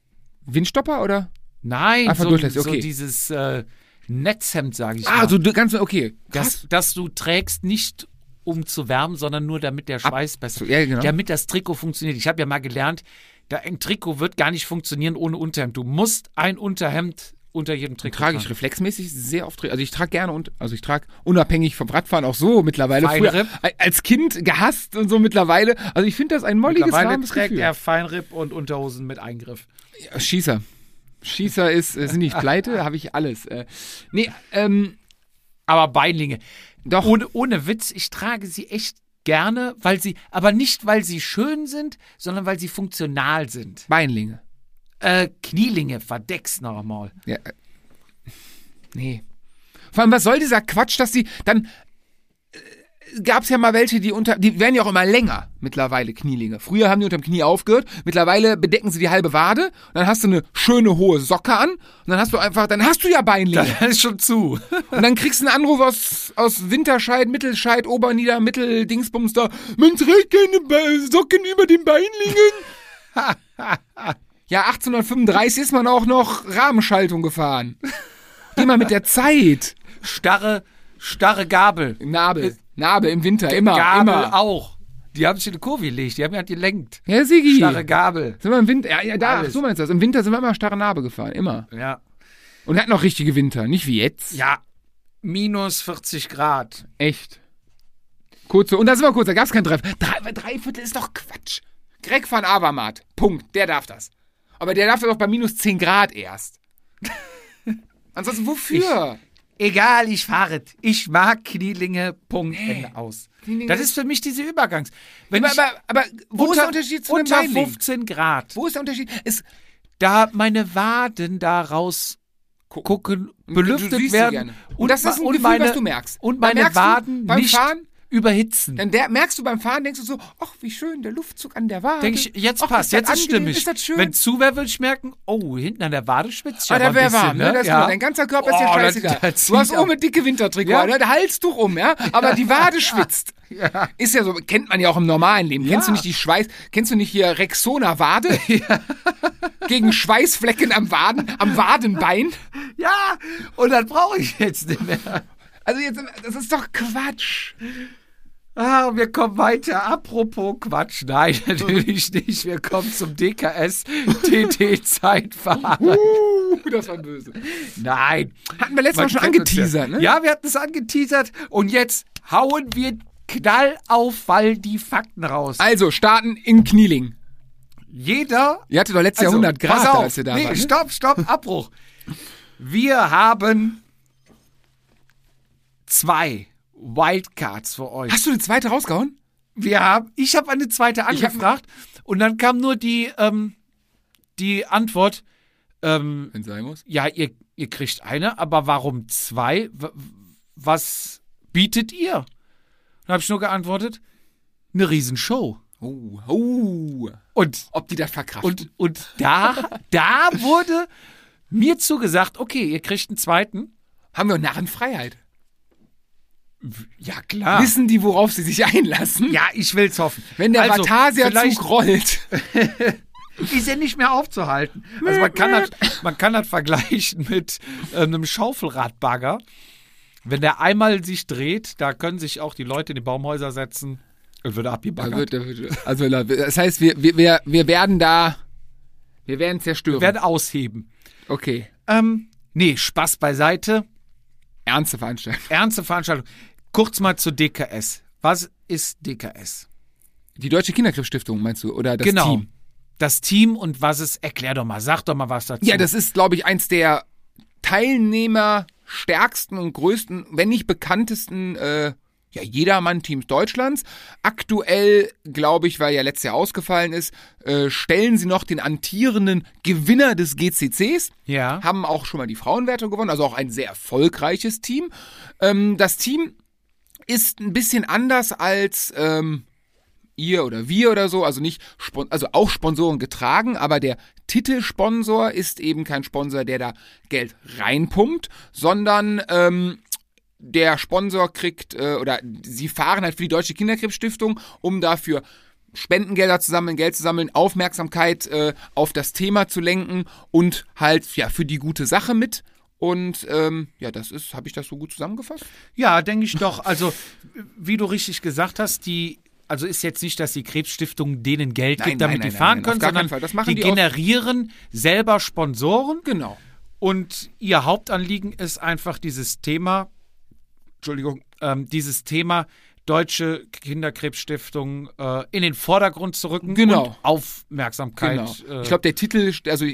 Speaker 2: Windstopper oder?
Speaker 1: Nein,
Speaker 2: Einfach
Speaker 1: so,
Speaker 2: Ah, durchlässig,
Speaker 1: so
Speaker 2: okay.
Speaker 1: dieses äh, Netzhemd, sage ich
Speaker 2: Ah,
Speaker 1: mal.
Speaker 2: so du- ganz okay.
Speaker 1: das, das du trägst nicht um zu wärmen, sondern nur damit der Schweiß besser,
Speaker 2: ja, genau.
Speaker 1: damit das Trikot funktioniert. Ich habe ja mal gelernt, da ein Trikot wird gar nicht funktionieren ohne Unterhemd. Du musst ein Unterhemd unter jedem Trikot
Speaker 2: trage ich
Speaker 1: tragen.
Speaker 2: reflexmäßig sehr oft. Also ich trage gerne und also ich trage unabhängig vom Radfahren auch so mittlerweile.
Speaker 1: Feinere.
Speaker 2: Früher, als Kind gehasst und so mittlerweile. Also ich finde das ein molliges
Speaker 1: Mittlerweile
Speaker 2: warmes
Speaker 1: trägt
Speaker 2: Gefühl.
Speaker 1: er Feinripp und Unterhosen mit Eingriff.
Speaker 2: Ja, Schießer. Schießer ist, äh, sind nicht pleite, habe ich alles. Äh, nee, ähm,
Speaker 1: Aber Beinlinge.
Speaker 2: doch.
Speaker 1: Ohne, ohne Witz, ich trage sie echt gerne, weil sie, aber nicht, weil sie schön sind, sondern weil sie funktional sind.
Speaker 2: Beinlinge.
Speaker 1: Äh, Knielinge, verdeck's noch mal.
Speaker 2: Ja. äh, Nee. Vor allem, was soll dieser Quatsch, dass sie dann. äh, gab es ja mal welche, die unter, die werden ja auch immer länger mittlerweile Knielinge. Früher haben die unterm Knie aufgehört, mittlerweile bedecken sie die halbe Wade und dann hast du eine schöne hohe Socke an und dann hast du einfach, dann hast du ja Beinlinge.
Speaker 1: Das ist schon zu.
Speaker 2: Und dann kriegst du einen Anruf aus, aus Winterscheid, Mittelscheid, Obernieder, Mittel, Dingsbums da. Man trägt keine Be Socken über den Beinlingen. ja, 1835 ist man auch noch Rahmenschaltung gefahren. Geh mal mit der Zeit.
Speaker 1: Starre, starre Gabel.
Speaker 2: Nabel. Nabel im Winter, immer,
Speaker 1: Äh, Gabel
Speaker 2: immer.
Speaker 1: auch. Die haben sich in die Kurve gelegt, die haben ja gelenkt.
Speaker 2: Ja, Sigi.
Speaker 1: Starre Gabel.
Speaker 2: Sind wir im Winter, ja, ja da, ach,
Speaker 1: Alles.
Speaker 2: so meinst du das. Im Winter sind wir immer starre Narbe gefahren, immer.
Speaker 1: Ja.
Speaker 2: Und wir hatten noch richtige Winter, nicht wie jetzt.
Speaker 1: Ja. Minus 40 Grad.
Speaker 2: Echt. Kurze, und da sind wir kurz, da gab es keinen Treffen. Drei, drei Viertel ist doch Quatsch. Greg van Avermaet, Punkt, der darf das. Aber der darf das auch bei minus 10 Grad erst. Ansonsten wofür?
Speaker 1: Egal, ich fahre. es. Ich mag Knielinge. Punkt. Ende aus.
Speaker 2: Knielinge
Speaker 1: das
Speaker 2: ist-
Speaker 1: ist für mich diese Übergangs. Wenn
Speaker 2: aber,
Speaker 1: ich
Speaker 2: aber, aber wo ist
Speaker 1: unter,
Speaker 2: der Unterschied zu einem
Speaker 1: unter
Speaker 2: Beinling?
Speaker 1: 15 Grad,
Speaker 2: Wo ist der Unterschied? Es,
Speaker 1: da meine Waden da raus gucken,
Speaker 2: du
Speaker 1: belüftet
Speaker 2: siehst sie gerne.
Speaker 1: werden
Speaker 2: Und das ist ein Gefühl,
Speaker 1: meine,
Speaker 2: was du merkst.
Speaker 1: und
Speaker 2: Da
Speaker 1: meine
Speaker 2: merkst du
Speaker 1: Waden
Speaker 2: beim
Speaker 1: nicht
Speaker 2: Fahren-
Speaker 1: überhitzen.
Speaker 2: dann der, merkst du beim Fahren, denkst du so, ach, wie schön, der Luftzug an der Wade.
Speaker 1: Denke ich, jetzt
Speaker 2: Ach,
Speaker 1: passt,
Speaker 2: das
Speaker 1: jetzt ist
Speaker 2: angenehm,
Speaker 1: stimmig.
Speaker 2: Ist das schön?
Speaker 1: Wenn zu wäre, würde ich merken, oh, hinten an der Wade schwitzt ja
Speaker 2: Ah, da
Speaker 1: aber ein
Speaker 2: wäre
Speaker 1: bisschen.
Speaker 2: warm, ne? Das ist
Speaker 1: ja.
Speaker 2: klar. Dein ganzer Körper ist ja
Speaker 1: Oh,
Speaker 2: scheißegal.
Speaker 1: das- das
Speaker 2: du hast um
Speaker 1: zieht
Speaker 2: oben
Speaker 1: ab.
Speaker 2: eine dicke Wintertrikot,
Speaker 1: Ja.
Speaker 2: ne? Der Halstuch um, ja? Aber die Wade schwitzt. Ist ja so, kennt man ja auch im normalen Leben. Kennst
Speaker 1: Ja.
Speaker 2: du nicht die Schweiß, kennst du nicht hier Rexona Wade? Gegen Schweißflecken am Waden, am Wadenbein?
Speaker 1: Ja, und das brauche ich jetzt nicht mehr.
Speaker 2: Also jetzt, das ist doch Quatsch.
Speaker 1: Ah, wir kommen weiter. Apropos Quatsch, nein, natürlich nicht. Wir kommen zum DKS TT Zeitfahren.
Speaker 2: Uh, das war böse.
Speaker 1: Nein.
Speaker 2: Hatten wir letztes Mal
Speaker 1: Man
Speaker 2: schon
Speaker 1: kennt uns
Speaker 2: angeteasert,
Speaker 1: ja.
Speaker 2: ne?
Speaker 1: Ja, wir hatten es angeteasert und jetzt hauen wir Knall auf, weil die Fakten raus.
Speaker 2: Also, starten in Knieling.
Speaker 1: Jeder
Speaker 2: Ihr hattet doch letztes Jahr 100 Grad,
Speaker 1: Also, pass auf.
Speaker 2: als ihr da
Speaker 1: nee,
Speaker 2: wart. ne?
Speaker 1: Stopp, stopp, Abbruch. Wir haben zwei Wildcards für euch.
Speaker 2: Hast du die zweite rausgehauen?
Speaker 1: Wir haben, ich habe eine zweite
Speaker 2: Ich hab-
Speaker 1: angefragt und dann kam nur die, ähm, die Antwort, ähm,
Speaker 2: Wenn sein muss.
Speaker 1: ja, ihr, ihr kriegt eine, aber warum zwei? W- Was bietet ihr? Dann habe ich nur geantwortet, eine Riesenshow.
Speaker 2: Oh, oh.
Speaker 1: Und
Speaker 2: Ob die das verkraften?
Speaker 1: Und, und da, da wurde mir zugesagt, okay, ihr kriegt einen zweiten.
Speaker 2: Haben wir Narrenfreiheit?
Speaker 1: Ja, klar.
Speaker 2: Wissen die, worauf sie sich einlassen?
Speaker 1: Ah. ja, ich will's hoffen.
Speaker 2: Wenn der
Speaker 1: also, vielleicht Oh
Speaker 2: Vatasia-Zug rollt.
Speaker 1: ist er nicht mehr aufzuhalten. Also man kann das, man kann das vergleichen mit äh, einem Schaufelradbagger. Wenn der einmal sich dreht, da können sich auch die Leute in die Baumhäuser setzen und wird
Speaker 2: Oh
Speaker 1: abgebaggert.
Speaker 2: also, das heißt, wir, wir- wir, wir werden da. Wir werden zerstören.
Speaker 1: werden ausheben.
Speaker 2: okay.
Speaker 1: Ähm, nee, Spaß beiseite.
Speaker 2: Ernste Veranstaltung.
Speaker 1: Ernste Veranstaltung. Kurz mal zu DKS. Was ist DKS?
Speaker 2: Die Deutsche Kinderkrebsstiftung, meinst du? Oder das
Speaker 1: genau.
Speaker 2: Team?
Speaker 1: Das Team und was es, erklär doch mal, sag doch mal was dazu.
Speaker 2: Ja, das ist, glaube ich, eins der teilnehmerstärksten und größten, wenn nicht bekanntesten äh, ja, Jedermann-Teams Deutschlands. Aktuell, glaube ich, weil ja letztes Jahr ausgefallen ist, äh, stellen sie noch den amtierenden Gewinner des GCCs.
Speaker 1: Ja.
Speaker 2: Haben auch schon mal die Frauenwertung gewonnen, also auch ein sehr erfolgreiches Team. Ähm, das Team ist ein bisschen anders als ähm, ihr oder wir oder so, also nicht, spon- also auch Sponsoren getragen, aber der Titelsponsor ist eben kein Sponsor, der da Geld reinpumpt, sondern ähm, der Sponsor kriegt äh, oder sie fahren halt für die Deutsche Kinderkrebsstiftung, um dafür Spendengelder zu sammeln, Geld zu sammeln, Aufmerksamkeit äh, auf das Thema zu lenken und halt ja für die gute Sache mit. Und ähm, ja, das ist, habe ich das so gut zusammengefasst?
Speaker 1: ja denke ich doch. Also, wie du richtig gesagt hast, die, also ist jetzt nicht, dass die Krebsstiftung denen Geld
Speaker 2: Nein,
Speaker 1: gibt, damit
Speaker 2: nein,
Speaker 1: die
Speaker 2: nein,
Speaker 1: fahren
Speaker 2: nein, nein, auf
Speaker 1: können,
Speaker 2: gar keinen
Speaker 1: sondern
Speaker 2: Fall. Das machen
Speaker 1: die,
Speaker 2: die aus-
Speaker 1: generieren selber Sponsoren
Speaker 2: Genau.
Speaker 1: und ihr Hauptanliegen ist einfach dieses Thema, Entschuldigung, ähm, dieses Thema deutsche Kinderkrebsstiftung äh, in den Vordergrund zu rücken
Speaker 2: Genau.
Speaker 1: und Aufmerksamkeit.
Speaker 2: Genau.
Speaker 1: äh,
Speaker 2: ich glaube, der Titel, also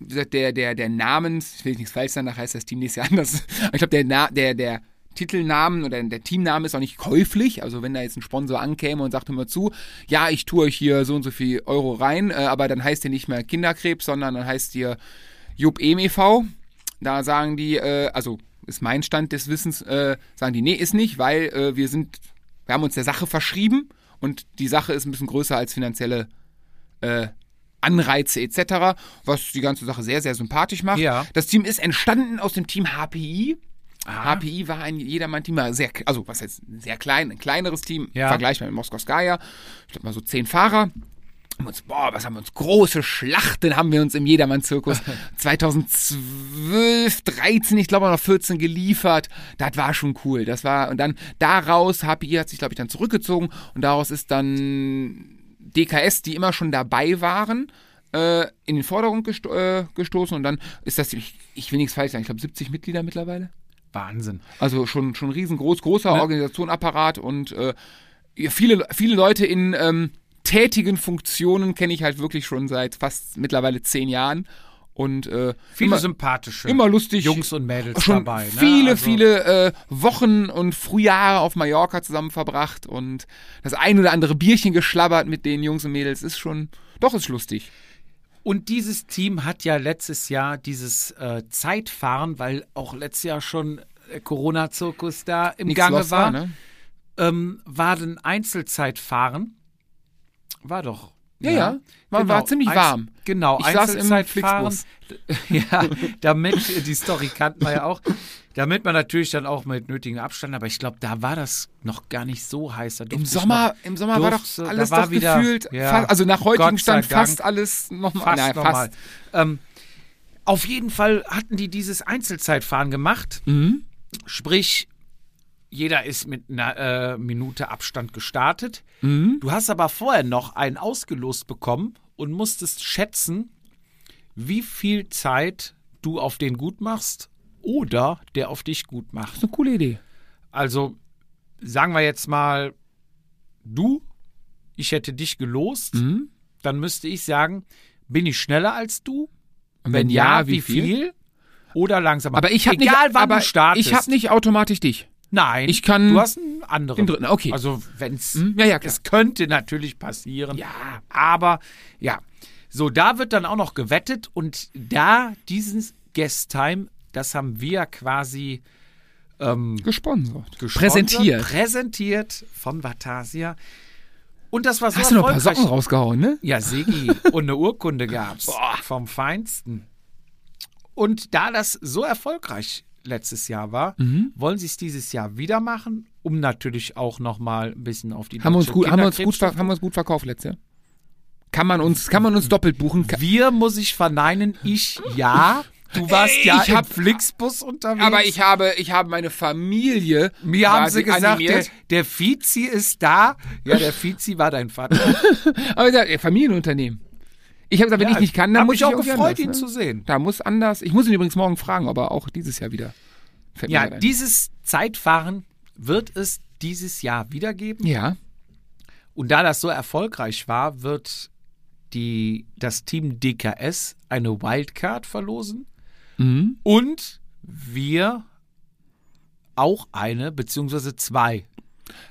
Speaker 2: wie gesagt, der, der, der Namens, ich will nichts falsch sagen, nachher heißt das Team nächstes Jahr anders. Aber ich glaube, der, Na- der, der Titelnamen oder der Teamname ist auch nicht käuflich. Also wenn da jetzt ein Sponsor ankäme und sagt immer zu, ja, ich tue euch hier so und so viel Euro rein, äh, aber dann heißt ihr nicht mehr Kinderkrebs, sondern dann heißt ihr Jupp Ehm e.V. Da sagen die, äh, also ist mein Stand des Wissens, äh, sagen die, nee, ist nicht, weil äh, wir sind Wir haben uns der Sache verschrieben und die Sache ist ein bisschen größer als finanzielle äh, Anreize etc., was die ganze Sache sehr, sehr sympathisch macht.
Speaker 1: Ja.
Speaker 2: Das Team ist entstanden aus dem Team HPI. HPI war ein Jedermann-Team, war sehr, also was heißt sehr klein, ein kleineres Team,
Speaker 1: Ja.
Speaker 2: vergleichbar mit Moskowskaya. Ich glaube mal so zehn Fahrer. Haben uns, boah, was haben wir uns? Große Schlachten haben wir uns im Jedermann-Zirkus 2012, 13, ich glaube auch noch 14 geliefert. Das war schon cool. Das war, und dann daraus, HPI hat sich, glaube ich, dann zurückgezogen und daraus ist dann DKS, die immer schon dabei waren, äh, in den Vordergrund gesto äh, gestoßen und dann ist das, ich, ich will nichts falsch sagen, ich glaube 70 Mitglieder mittlerweile.
Speaker 1: Wahnsinn.
Speaker 2: Also schon, schon riesengroß, großer Organisationapparat und äh, ja, viele, viele Leute in ähm, tätigen Funktionen kenne ich halt wirklich schon seit fast mittlerweile zehn Jahren. Und äh,
Speaker 1: Viele
Speaker 2: immer,
Speaker 1: sympathische
Speaker 2: immer lustig.
Speaker 1: Jungs und Mädels
Speaker 2: schon
Speaker 1: dabei. Ne?
Speaker 2: viele,
Speaker 1: Also,
Speaker 2: viele äh, Wochen und Frühjahre auf Mallorca zusammen verbracht und das ein oder andere Bierchen geschlabbert mit den Jungs und Mädels ist schon, doch ist lustig.
Speaker 1: Und dieses Team hat ja letztes Jahr dieses äh, Zeitfahren, weil auch letztes Jahr schon der Corona-Zirkus da im
Speaker 2: Nix
Speaker 1: Gange
Speaker 2: los
Speaker 1: war,
Speaker 2: ne?
Speaker 1: ähm, war ein Einzelzeitfahren. War doch.
Speaker 2: Ja, ja. War- war ziemlich
Speaker 1: Einz-
Speaker 2: warm.
Speaker 1: Genau,
Speaker 2: Ich saß im
Speaker 1: Einzelzeitfahren. ja, damit, die Story kannten wir ja auch. Damit man natürlich dann auch mit nötigem Abstand, aber ich glaube, da war das noch gar nicht so heiß. Da
Speaker 2: Im
Speaker 1: durfte ich
Speaker 2: Sommer,
Speaker 1: noch-
Speaker 2: im Sommer war doch
Speaker 1: durfte- da
Speaker 2: alles
Speaker 1: war
Speaker 2: doch
Speaker 1: wieder-
Speaker 2: gefühlt,
Speaker 1: ja,
Speaker 2: fa- also nach
Speaker 1: Gott
Speaker 2: heutigem
Speaker 1: sei
Speaker 2: Stand
Speaker 1: Dank.
Speaker 2: fast alles nochmal.
Speaker 1: Fast
Speaker 2: nein,
Speaker 1: nochmal. Ähm, auf jeden Fall hatten die dieses Einzelzeitfahren gemacht. Sprich, jeder ist mit einer äh, Minute Abstand gestartet. Du hast aber vorher noch einen ausgelost bekommen und musstest schätzen, wie viel Zeit du auf den gut machst oder der auf dich gut macht.
Speaker 2: eine coole Idee.
Speaker 1: Also sagen wir jetzt mal, du, ich hätte dich gelost,
Speaker 2: Mhm.
Speaker 1: dann müsste ich sagen, bin ich schneller als du?
Speaker 2: Und
Speaker 1: Wenn ja, wie viel? Oder langsamer?
Speaker 2: Aber ich habe nicht,
Speaker 1: Egal, wann
Speaker 2: aber
Speaker 1: du startest.
Speaker 2: ich habe nicht automatisch dich.
Speaker 1: Nein,
Speaker 2: ich kann-
Speaker 1: du hast einen anderen.
Speaker 2: Den dritten, okay. Hm?
Speaker 1: Also wenn's,
Speaker 2: Ja, ja, klar.
Speaker 1: es könnte natürlich passieren.
Speaker 2: Ja.
Speaker 1: Aber ja, so da wird dann auch noch gewettet und da dieses Guest Time, das haben wir quasi
Speaker 2: Gesponsert.
Speaker 1: gesponsert,
Speaker 2: Präsentiert.
Speaker 1: präsentiert von Vatasia. Und das war so
Speaker 2: Hast du noch ein paar
Speaker 1: erfolgreich.
Speaker 2: Socken rausgehauen, ne?
Speaker 1: Ja, Segi und eine Urkunde gab's vom Feinsten. Und da das so erfolgreich letztes Jahr war,
Speaker 2: Mhm.
Speaker 1: wollen sie es dieses Jahr wieder machen, um natürlich auch noch mal ein bisschen auf die
Speaker 2: Haben wir uns
Speaker 1: deutsche
Speaker 2: gut, haben wir uns gut,
Speaker 1: Kinderkrebs-
Speaker 2: ver- haben wir uns gut verkauft letztes Jahr. Kann man uns, kann man uns doppelt buchen? Ka-
Speaker 1: Wir muss ich verneinen, ich ja. Du warst
Speaker 2: Ey,
Speaker 1: ja
Speaker 2: ich
Speaker 1: im
Speaker 2: hab-
Speaker 1: Flixbus unterwegs.
Speaker 2: Aber ich habe, ich habe meine Familie.
Speaker 1: mir haben sie
Speaker 2: quasi
Speaker 1: gesagt, der,
Speaker 2: animiert.
Speaker 1: der Vizi ist da. Ja, der Vizi war dein Vater.
Speaker 2: Aber ich sage, ey, Familienunternehmen. Ich habe gesagt, wenn ich nicht kann, dann
Speaker 1: hab
Speaker 2: muss
Speaker 1: mich
Speaker 2: ich
Speaker 1: auch
Speaker 2: irgendwie
Speaker 1: gefreut,
Speaker 2: anders,
Speaker 1: ihn
Speaker 2: ne?
Speaker 1: zu sehen.
Speaker 2: Da muss anders. Ich muss ihn übrigens morgen fragen, ob er auch dieses Jahr wieder. Fällt mir
Speaker 1: Ja,
Speaker 2: gerade ein.
Speaker 1: dieses Zeitfahren wird es dieses Jahr wieder geben.
Speaker 2: Ja.
Speaker 1: Und da das so erfolgreich war, wird die, das Team DKS eine Wildcard verlosen
Speaker 2: Mhm.
Speaker 1: und wir auch eine beziehungsweise zwei.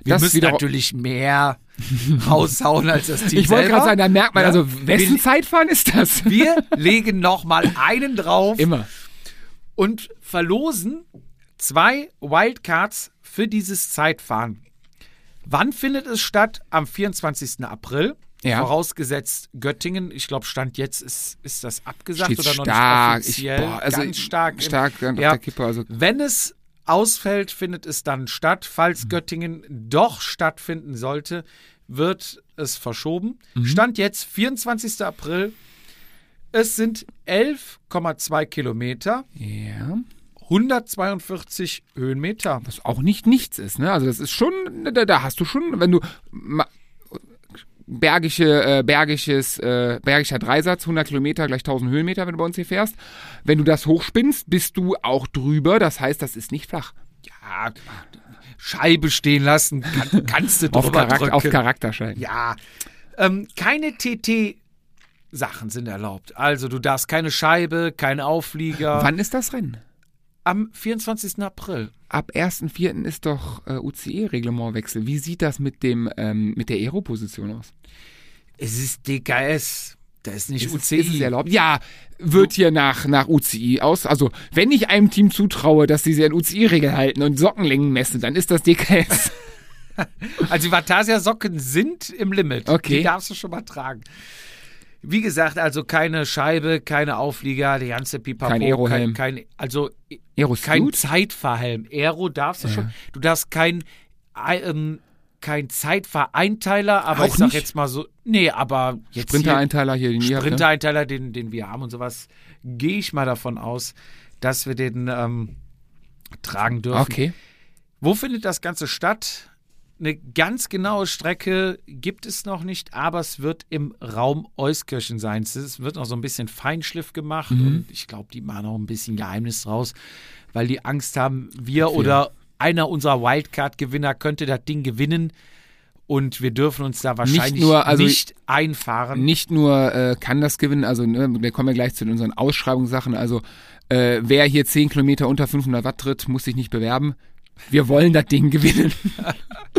Speaker 1: Wir
Speaker 2: Das
Speaker 1: müssen
Speaker 2: wieder-
Speaker 1: natürlich mehr raushauen als das Team
Speaker 2: Ich wollte gerade
Speaker 1: selber.
Speaker 2: sagen, da merkt man
Speaker 1: Ja.
Speaker 2: also, wessen
Speaker 1: wir,
Speaker 2: Zeitfahren ist das?
Speaker 1: wir legen noch mal einen drauf
Speaker 2: Immer.
Speaker 1: und verlosen zwei Wildcards für dieses Zeitfahren. Wann findet es statt? Am 24. April.
Speaker 2: Ja.
Speaker 1: Vorausgesetzt Göttingen. Ich glaube, Stand jetzt ist, ist das abgesagt
Speaker 2: Steht
Speaker 1: oder noch
Speaker 2: stark.
Speaker 1: nicht
Speaker 2: Ich-
Speaker 1: offiziell.
Speaker 2: boah, also
Speaker 1: ganz stark.
Speaker 2: stark auf der Kippe, also-
Speaker 1: Wenn es ausfällt, findet es dann statt. Falls
Speaker 2: Mhm.
Speaker 1: Göttingen doch stattfinden sollte, wird es verschoben.
Speaker 2: Mhm.
Speaker 1: Stand jetzt 24. April. Es sind 11,2 Kilometer.
Speaker 2: Ja.
Speaker 1: 142 Höhenmeter.
Speaker 2: Was auch nicht nichts ist, ne? Also das ist schon, da, da hast du schon, wenn du ma, bergische, äh, bergisches, äh, bergischer Dreisatz, 100 Kilometer gleich 1000 Höhenmeter, wenn du bei uns hier fährst. Wenn du das hochspinnst, bist du auch drüber. Das heißt, das ist nicht flach.
Speaker 1: Ja, Scheibe stehen lassen, kann, kannst du
Speaker 2: Auf,
Speaker 1: drüber
Speaker 2: Charakter,
Speaker 1: drücken.
Speaker 2: auf Charakterschein.
Speaker 1: ja, ähm, keine TT-Sachen sind erlaubt. Also du darfst keine Scheibe, kein Auflieger.
Speaker 2: Wann ist das Rennen?
Speaker 1: Am 24. April.
Speaker 2: Ab 1.4. ist doch äh, UCE-Reglementwechsel. Wie sieht das mit dem ähm, mit der Aero-Position aus?
Speaker 1: Es ist DKS. Da ist nicht
Speaker 2: Ist es-
Speaker 1: UCI.
Speaker 2: Ist es erlaubt? Ja, wird hier nach, nach UCI aus. Also, wenn ich einem Team zutraue, dass sie sich an UCI-Regeln halten und Sockenlängen messen, dann ist das DKS.
Speaker 1: Also die Vatasia-Socken sind im Limit.
Speaker 2: Okay.
Speaker 1: Die darfst du schon mal tragen. Wie gesagt, also keine Scheibe, keine Auflieger, die ganze Pipapo.
Speaker 2: Kein Aerohelm.
Speaker 1: Kein, kein, also
Speaker 2: Aerosuit?
Speaker 1: kein Zeitverhelm. Aero darfst du schon. Du darfst kein, ei- ähm, kein Zeitvereinteiler, aber
Speaker 2: Auch
Speaker 1: ich sag
Speaker 2: nicht?
Speaker 1: jetzt mal so, nee, aber jetzt hier,
Speaker 2: Sprinter-Einteiler hier, den ihr habt, ne?
Speaker 1: Sprinter-Einteiler, den, den wir haben und sowas, gehe ich mal davon aus, dass wir den ähm, tragen dürfen.
Speaker 2: Okay.
Speaker 1: Wo findet das Ganze statt? Eine ganz genaue Strecke gibt es noch nicht, aber es wird im Raum Euskirchen sein. Es wird noch so ein bisschen Feinschliff gemacht
Speaker 2: Mhm.
Speaker 1: und ich glaube, die machen noch ein bisschen Geheimnis draus, weil die Angst haben, wir oder einer unserer Wildcard-Gewinner könnte das Ding gewinnen und wir dürfen uns da wahrscheinlich nicht,
Speaker 2: nur, also-
Speaker 1: einfahren.
Speaker 2: Nicht nur äh, kann das gewinnen, also ne, wir kommen ja gleich zu unseren Ausschreibungssachen. Also äh, wer hier 10 Kilometer unter 500 Watt tritt, muss sich nicht bewerben. Wir wollen das Ding gewinnen.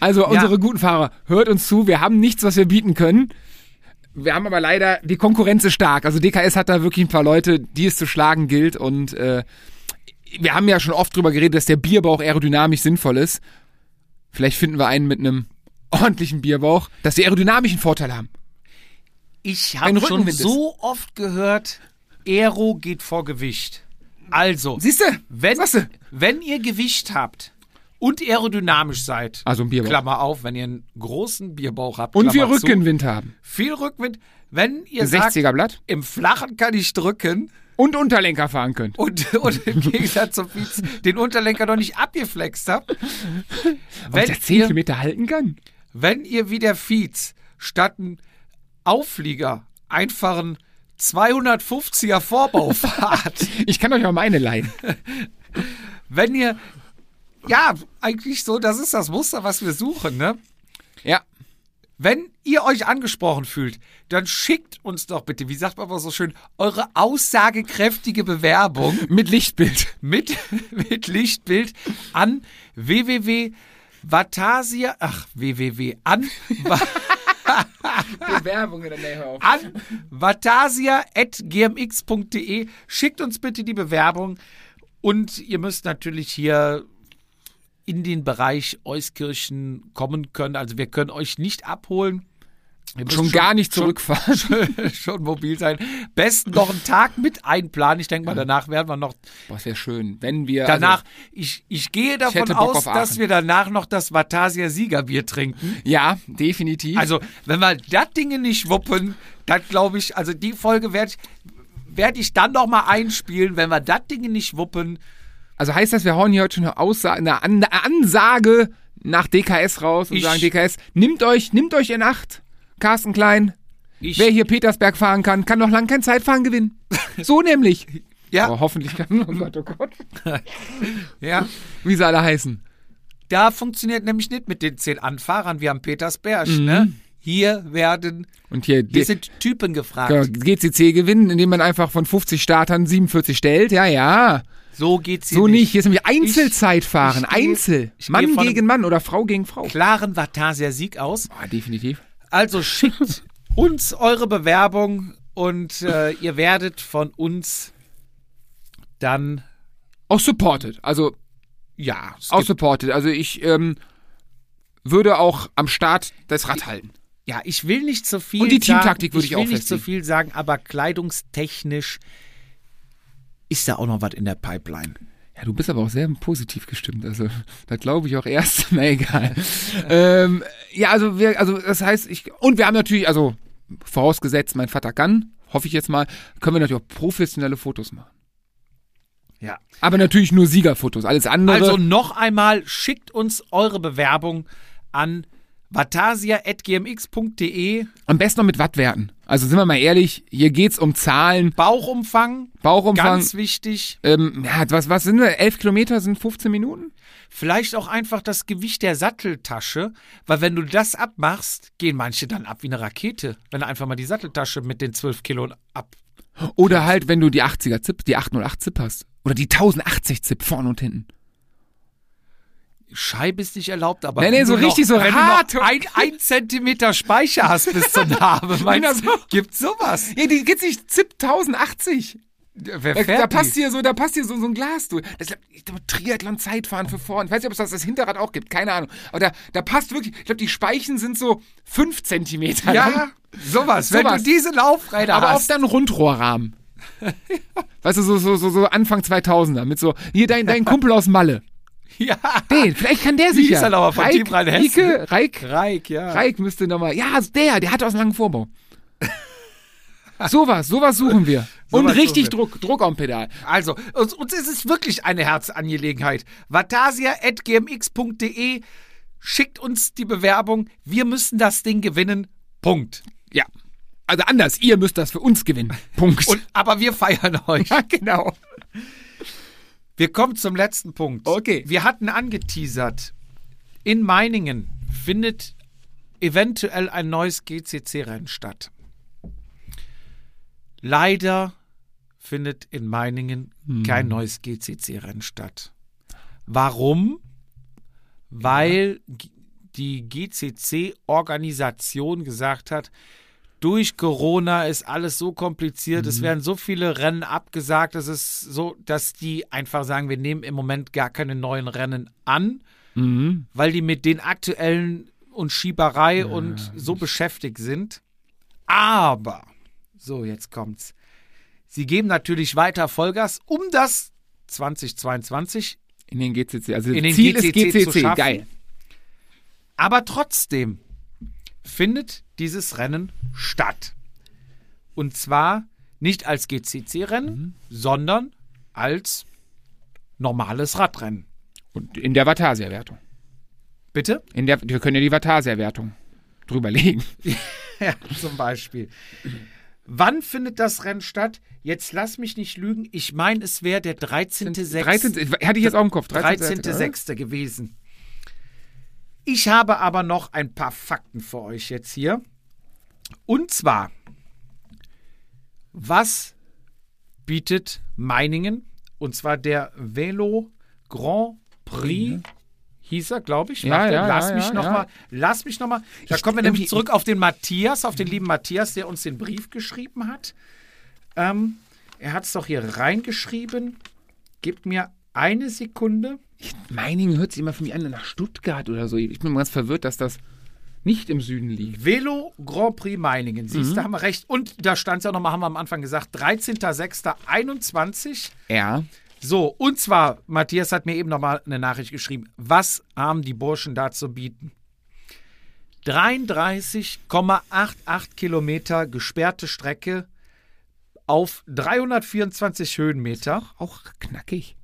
Speaker 2: also unsere guten Fahrer, hört uns zu. Wir haben nichts, was wir bieten können. Wir haben aber leider, die Konkurrenz ist stark. Also DKS hat da wirklich ein paar Leute, die es zu schlagen gilt. Und äh, wir haben ja schon oft drüber geredet, dass der Bierbauch aerodynamisch sinnvoll ist. Vielleicht finden wir einen mit einem ordentlichen Bierbauch, dass die aerodynamischen Vorteil haben.
Speaker 1: Ich
Speaker 2: Ein
Speaker 1: habe schon
Speaker 2: Rückenwind ist-
Speaker 1: so oft gehört, Aero geht vor Gewicht. Also,
Speaker 2: Siehst du?
Speaker 1: wenn,
Speaker 2: Sagst du?
Speaker 1: wenn ihr Gewicht habt und aerodynamisch seid,
Speaker 2: Also ein Bierbauch.
Speaker 1: Klammer auf, wenn ihr einen großen Bierbauch habt,
Speaker 2: Und wir
Speaker 1: Klammer zu,
Speaker 2: Rückenwind haben.
Speaker 1: viel Rückenwind, wenn ihr
Speaker 2: Ein 60er
Speaker 1: sagt,
Speaker 2: Blatt.
Speaker 1: im Flachen kann ich drücken
Speaker 2: Und Unterlenker fahren können.
Speaker 1: und, und im Gegensatz zum Fietz den Unterlenker noch nicht abgeflext habt,
Speaker 2: Wenn
Speaker 1: wenn
Speaker 2: der 10
Speaker 1: ihr,
Speaker 2: Kilometer halten kann.
Speaker 1: wenn ihr wie der Fietz statt einen Auflieger einfachen 250er Vorbau fahrt,
Speaker 2: Ich kann euch auch meine leihen.
Speaker 1: wenn ihr ja, eigentlich so, das ist das Muster, was wir suchen, ne?
Speaker 2: Ja.
Speaker 1: Wenn ihr euch angesprochen fühlt, dann schickt uns doch bitte, wie sagt man aber so schön, eure aussagekräftige Bewerbung
Speaker 2: Mit Lichtbild.
Speaker 1: mit, mit Lichtbild an www.vatasia, ach, www, an, wa-
Speaker 2: Bewerbungen, nee, hör auf.
Speaker 1: an vatasia.gmx.de. Schickt uns bitte die Bewerbung und ihr müsst natürlich hier in den Bereich Euskirchen kommen können. Also wir können euch nicht abholen. Wir müssen
Speaker 2: Schon gar nicht
Speaker 1: schon-
Speaker 2: zurückfahren.
Speaker 1: schon mobil sein. Besten noch einen Tag mit einplanen. Ich denke mal, danach werden wir noch.
Speaker 2: Boah, es wäre schön, wenn wir. also
Speaker 1: Danach, ich, ich gehe davon
Speaker 2: hätte Bock
Speaker 1: aus,
Speaker 2: auf Aachen.
Speaker 1: dass wir danach noch das Vatasia Siegerbier trinken.
Speaker 2: Also, ja, definitiv.
Speaker 1: Also, wenn wir das Dinge nicht wuppen, dann glaube ich, also die Folge werde ich, werd ich dann noch mal einspielen. Wenn wir das Dinge nicht wuppen,
Speaker 2: Also heißt das, wir hauen hier heute schon eine, Aussage, eine An- Ansage nach DKS raus und
Speaker 1: Ich-
Speaker 2: sagen, DKS, nimmt euch, nimmt euch in Acht, Carsten Klein.
Speaker 1: ich,
Speaker 2: Wer hier Petersberg fahren kann, kann noch lang kein Zeitfahren gewinnen. So nämlich.
Speaker 1: Ja.
Speaker 2: Aber hoffentlich kann. Oh Gott, oh Gott.
Speaker 1: ja,
Speaker 2: Wie sie alle heißen.
Speaker 1: da funktioniert nämlich nicht mit den zehn Anfahrern wie am Petersberg.
Speaker 2: Mhm.
Speaker 1: Ne? Hier werden,
Speaker 2: Und hier, Genau,
Speaker 1: hier sind Typen gefragt.
Speaker 2: Ja, GCC gewinnen, indem man einfach von 50 Startern 47 stellt. Ja, ja.
Speaker 1: So geht's hier
Speaker 2: So
Speaker 1: nicht.
Speaker 2: nicht. Hier ist nämlich Einzelzeitfahren.
Speaker 1: ich gehe-
Speaker 2: Einzel.
Speaker 1: ich gehe
Speaker 2: Mann
Speaker 1: von einem-
Speaker 2: gegen Mann oder Frau gegen Frau.
Speaker 1: klaren Vatasia-Sieg aus.
Speaker 2: Ah, definitiv.
Speaker 1: Also schickt uns eure Bewerbung und äh, ihr werdet von uns dann,
Speaker 2: Auch supported. Also
Speaker 1: ja, es
Speaker 2: auch
Speaker 1: gibt,
Speaker 2: supported. Also ich ähm, würde auch am Start das Rad halten.
Speaker 1: ja, ich will nicht zu viel
Speaker 2: Und die
Speaker 1: sagen,
Speaker 2: Teamtaktik würde ich auch
Speaker 1: will nicht zu
Speaker 2: festlegen.
Speaker 1: viel sagen, aber kleidungstechnisch ist da auch noch was in der Pipeline.
Speaker 2: Ja, du bist aber auch sehr positiv gestimmt. Also, da glaube ich auch erst. Na egal. ähm, ja, also wir, also das heißt, ich und wir haben natürlich, also vorausgesetzt, mein Vater kann, hoffe ich jetzt mal, können wir natürlich auch professionelle Fotos machen.
Speaker 1: Ja.
Speaker 2: Aber natürlich nur Siegerfotos. Alles andere.
Speaker 1: Also noch einmal, schickt uns eure Bewerbung an vatasia.gmx.de
Speaker 2: am besten noch mit Wattwerten. Also sind wir mal ehrlich, hier geht's um Zahlen,
Speaker 1: Bauchumfang,
Speaker 2: Bauchumfang.
Speaker 1: ganz wichtig.
Speaker 2: Ähm, ja, was, was sind wir? 11 Kilometer sind 15 Minuten?
Speaker 1: Vielleicht auch einfach das Gewicht der Satteltasche, weil wenn du das abmachst, gehen manche dann ab wie eine Rakete, wenn du einfach mal die Satteltasche mit den 12 Kilo ab.
Speaker 2: Oder halt, wenn du die 80er Zip, die 808 Zip hast. Oder die 1080 Zip vorne und hinten.
Speaker 1: Scheibe ist nicht erlaubt, aber.
Speaker 2: Nee, nee,
Speaker 1: wenn
Speaker 2: so
Speaker 1: du
Speaker 2: richtig
Speaker 1: noch,
Speaker 2: so
Speaker 1: Genau. wenn
Speaker 2: hart.
Speaker 1: Du noch ein, ein Zentimeter
Speaker 2: Genau.
Speaker 1: Speicher hast bis zur Narbe, meinst du,
Speaker 2: so.
Speaker 1: gibt sowas.
Speaker 2: Ja, die geht's nicht Zip 1080.
Speaker 1: Wer
Speaker 2: Da,
Speaker 1: fährt
Speaker 2: da passt
Speaker 1: die?
Speaker 2: hier so, da passt hier so, so ein Glas durch. Das ist ich glaub, Triathlon-Zeitfahren für vorn. Ich weiß nicht, ob es das, das Hinterrad auch gibt, keine Ahnung. Aber da, da passt wirklich, ich glaube, die Speichen sind so fünf Zentimeter
Speaker 1: Ja,
Speaker 2: lang,
Speaker 1: sowas. Wenn
Speaker 2: Sowas.
Speaker 1: du diese Laufräder
Speaker 2: aber auf
Speaker 1: hast.
Speaker 2: dann Rundrohrrahmen. weißt du, so, so, so, so Anfang 2000er mit so, hier dein, dein Kumpel aus Malle.
Speaker 1: Ja.
Speaker 2: Den, vielleicht kann der sich
Speaker 1: hieß
Speaker 2: ja.
Speaker 1: er noch mal vom Team Rheinhessen?
Speaker 2: Ike, Reik,
Speaker 1: Reik, ja.
Speaker 2: Reik müsste nochmal, ja, der, der hat aus dem langen Vorbau. sowas, sowas suchen wir. Und
Speaker 1: Sowas
Speaker 2: richtig
Speaker 1: suchen
Speaker 2: Druck, Druck am Pedal.
Speaker 1: Also, uns, uns ist es wirklich eine Herzangelegenheit. vatasia.gmx.de schickt uns die Bewerbung. Wir müssen das Ding gewinnen. Punkt.
Speaker 2: Ja. Also anders, ihr müsst das für uns gewinnen. Punkt.
Speaker 1: Und, aber wir feiern euch.
Speaker 2: ja, genau.
Speaker 1: Wir kommen zum letzten Punkt.
Speaker 2: Okay.
Speaker 1: Wir hatten angeteasert, in Meiningen findet eventuell ein neues GCC-Rennen statt. Leider findet in Meiningen kein neues GCC-Rennen statt. Warum? Weil g- die GCC-Organisation gesagt hat, durch Corona ist alles so kompliziert, es werden so viele Rennen abgesagt, es ist so, dass die einfach sagen, wir nehmen im Moment gar keine neuen Rennen an, weil die mit den aktuellen und Schieberei und so beschäftigt sind. Aber, so jetzt kommt's. Sie geben natürlich weiter Vollgas, um das 2022
Speaker 2: In den GCC. Also
Speaker 1: In den
Speaker 2: Ziel
Speaker 1: GCC
Speaker 2: ist
Speaker 1: zu
Speaker 2: GCC.
Speaker 1: schaffen.
Speaker 2: Geil.
Speaker 1: Aber trotzdem findet dieses Rennen statt. Und zwar nicht als GCC-Rennen,
Speaker 2: Mhm.
Speaker 1: sondern als normales Radrennen.
Speaker 2: Und in der Vatasia-Wertung.
Speaker 1: Bitte?
Speaker 2: In der, wir können ja die Vatasia-Wertung drüberlegen.
Speaker 1: Ja, zum Beispiel. Wann findet das Rennen statt? Jetzt lass mich nicht lügen. Ich meine, es wäre der 13.06.
Speaker 2: 13. Hatte ich jetzt auch im Kopf. 13.
Speaker 1: 13.06. gewesen. Ich habe aber noch ein paar Fakten für euch jetzt hier. Und zwar, was bietet Meiningen? Und zwar der Velo Grand Prix. Hieß er, glaube ich.
Speaker 2: Mhm. Ja,
Speaker 1: Warte,
Speaker 2: ja,
Speaker 1: lass,
Speaker 2: ja,
Speaker 1: mich
Speaker 2: ja,
Speaker 1: noch
Speaker 2: ja.
Speaker 1: Mal, lass mich noch mal. Da
Speaker 2: Ich-
Speaker 1: kommen wir nämlich
Speaker 2: irgendwie-
Speaker 1: zurück auf den Matthias, auf den lieben Matthias, der uns den Brief geschrieben hat. Ähm, er hat es doch hier reingeschrieben. Gib mir eine Sekunde.
Speaker 2: Meiningen hört sich immer von mir an nach Stuttgart oder so. Ich bin immer ganz verwirrt, dass das nicht im Süden liegt.
Speaker 1: Velo Grand Prix Meiningen. Siehst du, da haben wir recht. Und da stand es ja nochmal, haben wir am Anfang gesagt, 13.06.21.
Speaker 2: Ja.
Speaker 1: So, und zwar, Matthias hat mir eben nochmal eine Nachricht geschrieben. Was haben die Burschen da zu bieten? 33,88 Kilometer gesperrte Strecke auf 324 Höhenmeter.
Speaker 2: Auch knackig.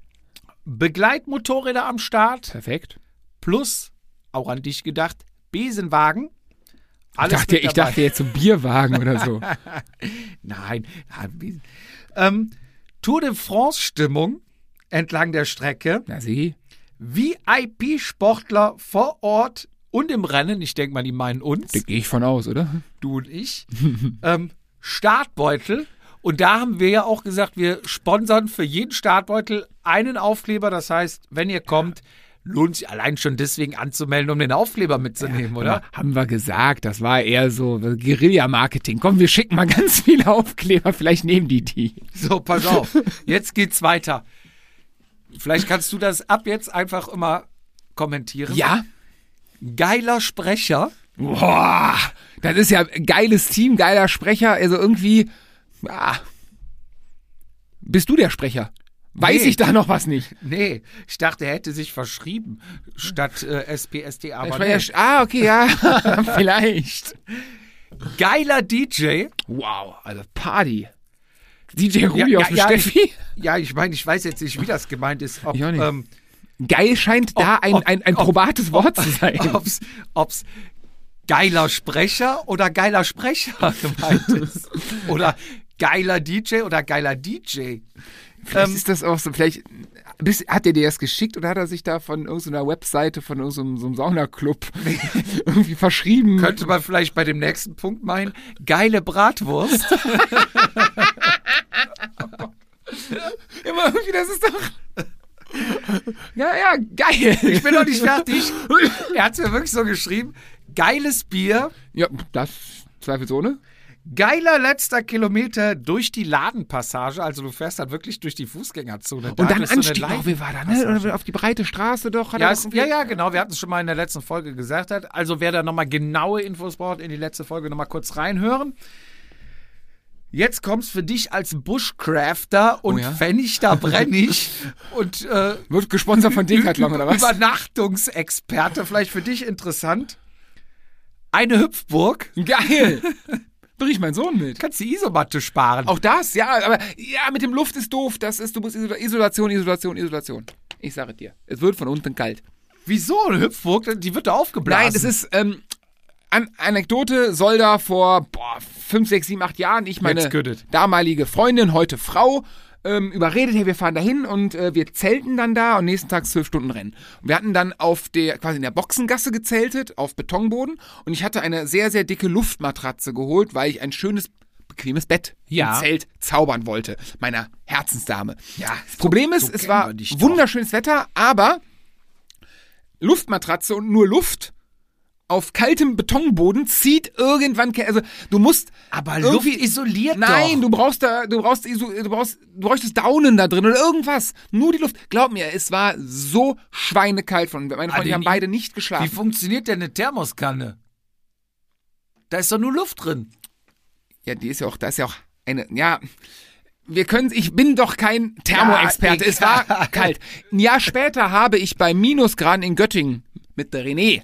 Speaker 1: Begleitmotorräder am Start.
Speaker 2: Perfekt.
Speaker 1: plus, auch an dich gedacht, Besenwagen.
Speaker 2: Ich
Speaker 1: Alles
Speaker 2: dachte,
Speaker 1: mit
Speaker 2: ich
Speaker 1: dabei.
Speaker 2: dachte jetzt so Bierwagen oder so.
Speaker 1: Nein. nein, Besen. Ähm, Tour de France-Stimmung entlang der Strecke.
Speaker 2: Na, sieh.
Speaker 1: VIP-Sportler vor Ort und im Rennen. Ich denke mal, die meinen uns,
Speaker 2: Da gehe ich von aus, oder?
Speaker 1: du und ich. ähm, Startbeutel. Und da haben wir ja auch gesagt, wir sponsern für jeden Startbeutel einen Aufkleber. Das heißt, wenn ihr kommt, lohnt sich allein schon deswegen anzumelden, um den Aufkleber mitzunehmen, oder?
Speaker 2: Genau. Haben wir gesagt, das war eher so Guerilla-Marketing. Komm, wir schicken mal ganz viele Aufkleber, vielleicht nehmen die die.
Speaker 1: So, pass auf. Jetzt geht's weiter. Vielleicht kannst du das ab jetzt einfach immer kommentieren.
Speaker 2: Ja?
Speaker 1: Geiler Sprecher.
Speaker 2: Boah, das ist ja ein geiles Team, geiler Sprecher, also irgendwie, ah, bist du der Sprecher? Weiß
Speaker 1: Nee.
Speaker 2: ich da noch was nicht?
Speaker 1: Nee, ich dachte, er hätte sich verschrieben statt äh, SPSD.
Speaker 2: Der
Speaker 1: Aber nee.
Speaker 2: Sprecher, ah, okay, ja, vielleicht.
Speaker 1: Geiler DJ.
Speaker 2: Wow, also Party. DJ Rubio auf dem Steffi.
Speaker 1: Ich, ja, ich meine, ich weiß jetzt nicht, wie das gemeint ist. Ob,
Speaker 2: Ich auch nicht.
Speaker 1: Ähm,
Speaker 2: Geil scheint da ein,
Speaker 1: ob-
Speaker 2: ein, ein
Speaker 1: ob-
Speaker 2: probates Wort
Speaker 1: oh.
Speaker 2: zu sein.
Speaker 1: ob's, ob's geiler Sprecher oder geiler Sprecher gemeint ist. Oder geiler DJ oder geiler DJ.
Speaker 2: Vielleicht
Speaker 1: Ähm,
Speaker 2: ist das auch so, vielleicht bis, hat er dir das geschickt oder hat er sich da von irgendeiner Webseite, von irgendeinem so einem Saunaclub irgendwie verschrieben?
Speaker 1: Könnte man vielleicht bei dem nächsten Punkt meinen, geile Bratwurst.
Speaker 2: Immer irgendwie, das ist doch. ja, ja, geil.
Speaker 1: Ich bin noch nicht fertig. Er hat mir wirklich so geschrieben, geiles Bier,
Speaker 2: Ja, das zweifelsohne.
Speaker 1: Geiler letzter Kilometer durch die Ladenpassage. Also du fährst dann wirklich durch die Fußgängerzone.
Speaker 2: Und dann
Speaker 1: durch so eine
Speaker 2: Anstieg
Speaker 1: Leiden-
Speaker 2: noch, wie war da, ne? Oder auf die breite Straße doch. Hat
Speaker 1: Ja,
Speaker 2: er
Speaker 1: es,
Speaker 2: doch
Speaker 1: ja,
Speaker 2: irgendwie-
Speaker 1: ja, genau. Wir hatten es schon mal in der letzten Folge gesagt. Hat. Also wer da nochmal genaue Infos braucht, in die letzte Folge nochmal kurz reinhören. Jetzt kommt's für dich als Bushcrafter und
Speaker 2: Oh ja?
Speaker 1: Pfennig, da brenn ich und äh,
Speaker 2: Wird gesponsert von Decathlon halt oder was?
Speaker 1: Übernachtungsexperte, vielleicht für dich interessant. Eine Hüpfburg.
Speaker 2: Geil! Bring ich meinen Sohn mit.
Speaker 1: Kannst die Isomatte sparen.
Speaker 2: Auch das, ja, aber ja, mit dem Luft ist doof. Das ist, du musst Isola- Isolation, Isolation, Isolation. Ich sage dir, es wird von unten kalt.
Speaker 1: Wieso eine Hüpfburg? Die wird da aufgeblasen.
Speaker 2: Nein, das ist ähm, an Anekdote soll da vor boah, fünf, sechs, sieben, acht Jahren ich meine
Speaker 1: Jetzt göttet.
Speaker 2: damalige Freundin, heute Frau, ähm, überredet, hey, wir fahren dahin und äh, wir zelten dann da und nächsten Tag zwölf Stunden rennen. Und wir hatten dann auf der quasi in der Boxengasse gezeltet auf Betonboden und ich hatte eine sehr sehr dicke Luftmatratze geholt, weil ich ein schönes bequemes Bett
Speaker 1: Ja.
Speaker 2: im Zelt zaubern wollte, meiner Herzensdame. Ja, das Problem ist,
Speaker 1: so
Speaker 2: es
Speaker 1: kennen
Speaker 2: war
Speaker 1: wir dich doch.
Speaker 2: wunderschönes Wetter, aber Luftmatratze und nur Luft auf kaltem Betonboden zieht irgendwann Ke- also du musst
Speaker 1: aber Luft
Speaker 2: irgendwie
Speaker 1: isoliert
Speaker 2: Nein,
Speaker 1: doch.
Speaker 2: du brauchst da du brauchst iso- du brauchst du bräuchtest Daunen da drin oder irgendwas. Nur die Luft. Glaub mir, es war so schweinekalt von meine Freunde,
Speaker 1: den
Speaker 2: die haben
Speaker 1: I-
Speaker 2: beide nicht
Speaker 1: Wie
Speaker 2: geschlafen.
Speaker 1: funktioniert denn eine Thermoskanne? Da ist doch nur Luft drin.
Speaker 2: Ja, die ist ja auch, da ist ja auch eine, ja. Wir können, ich bin doch kein Thermoexperte.
Speaker 1: Ja,
Speaker 2: es war
Speaker 1: egal.
Speaker 2: kalt. Ein Jahr später habe ich bei Minusgraden in Göttingen mit der René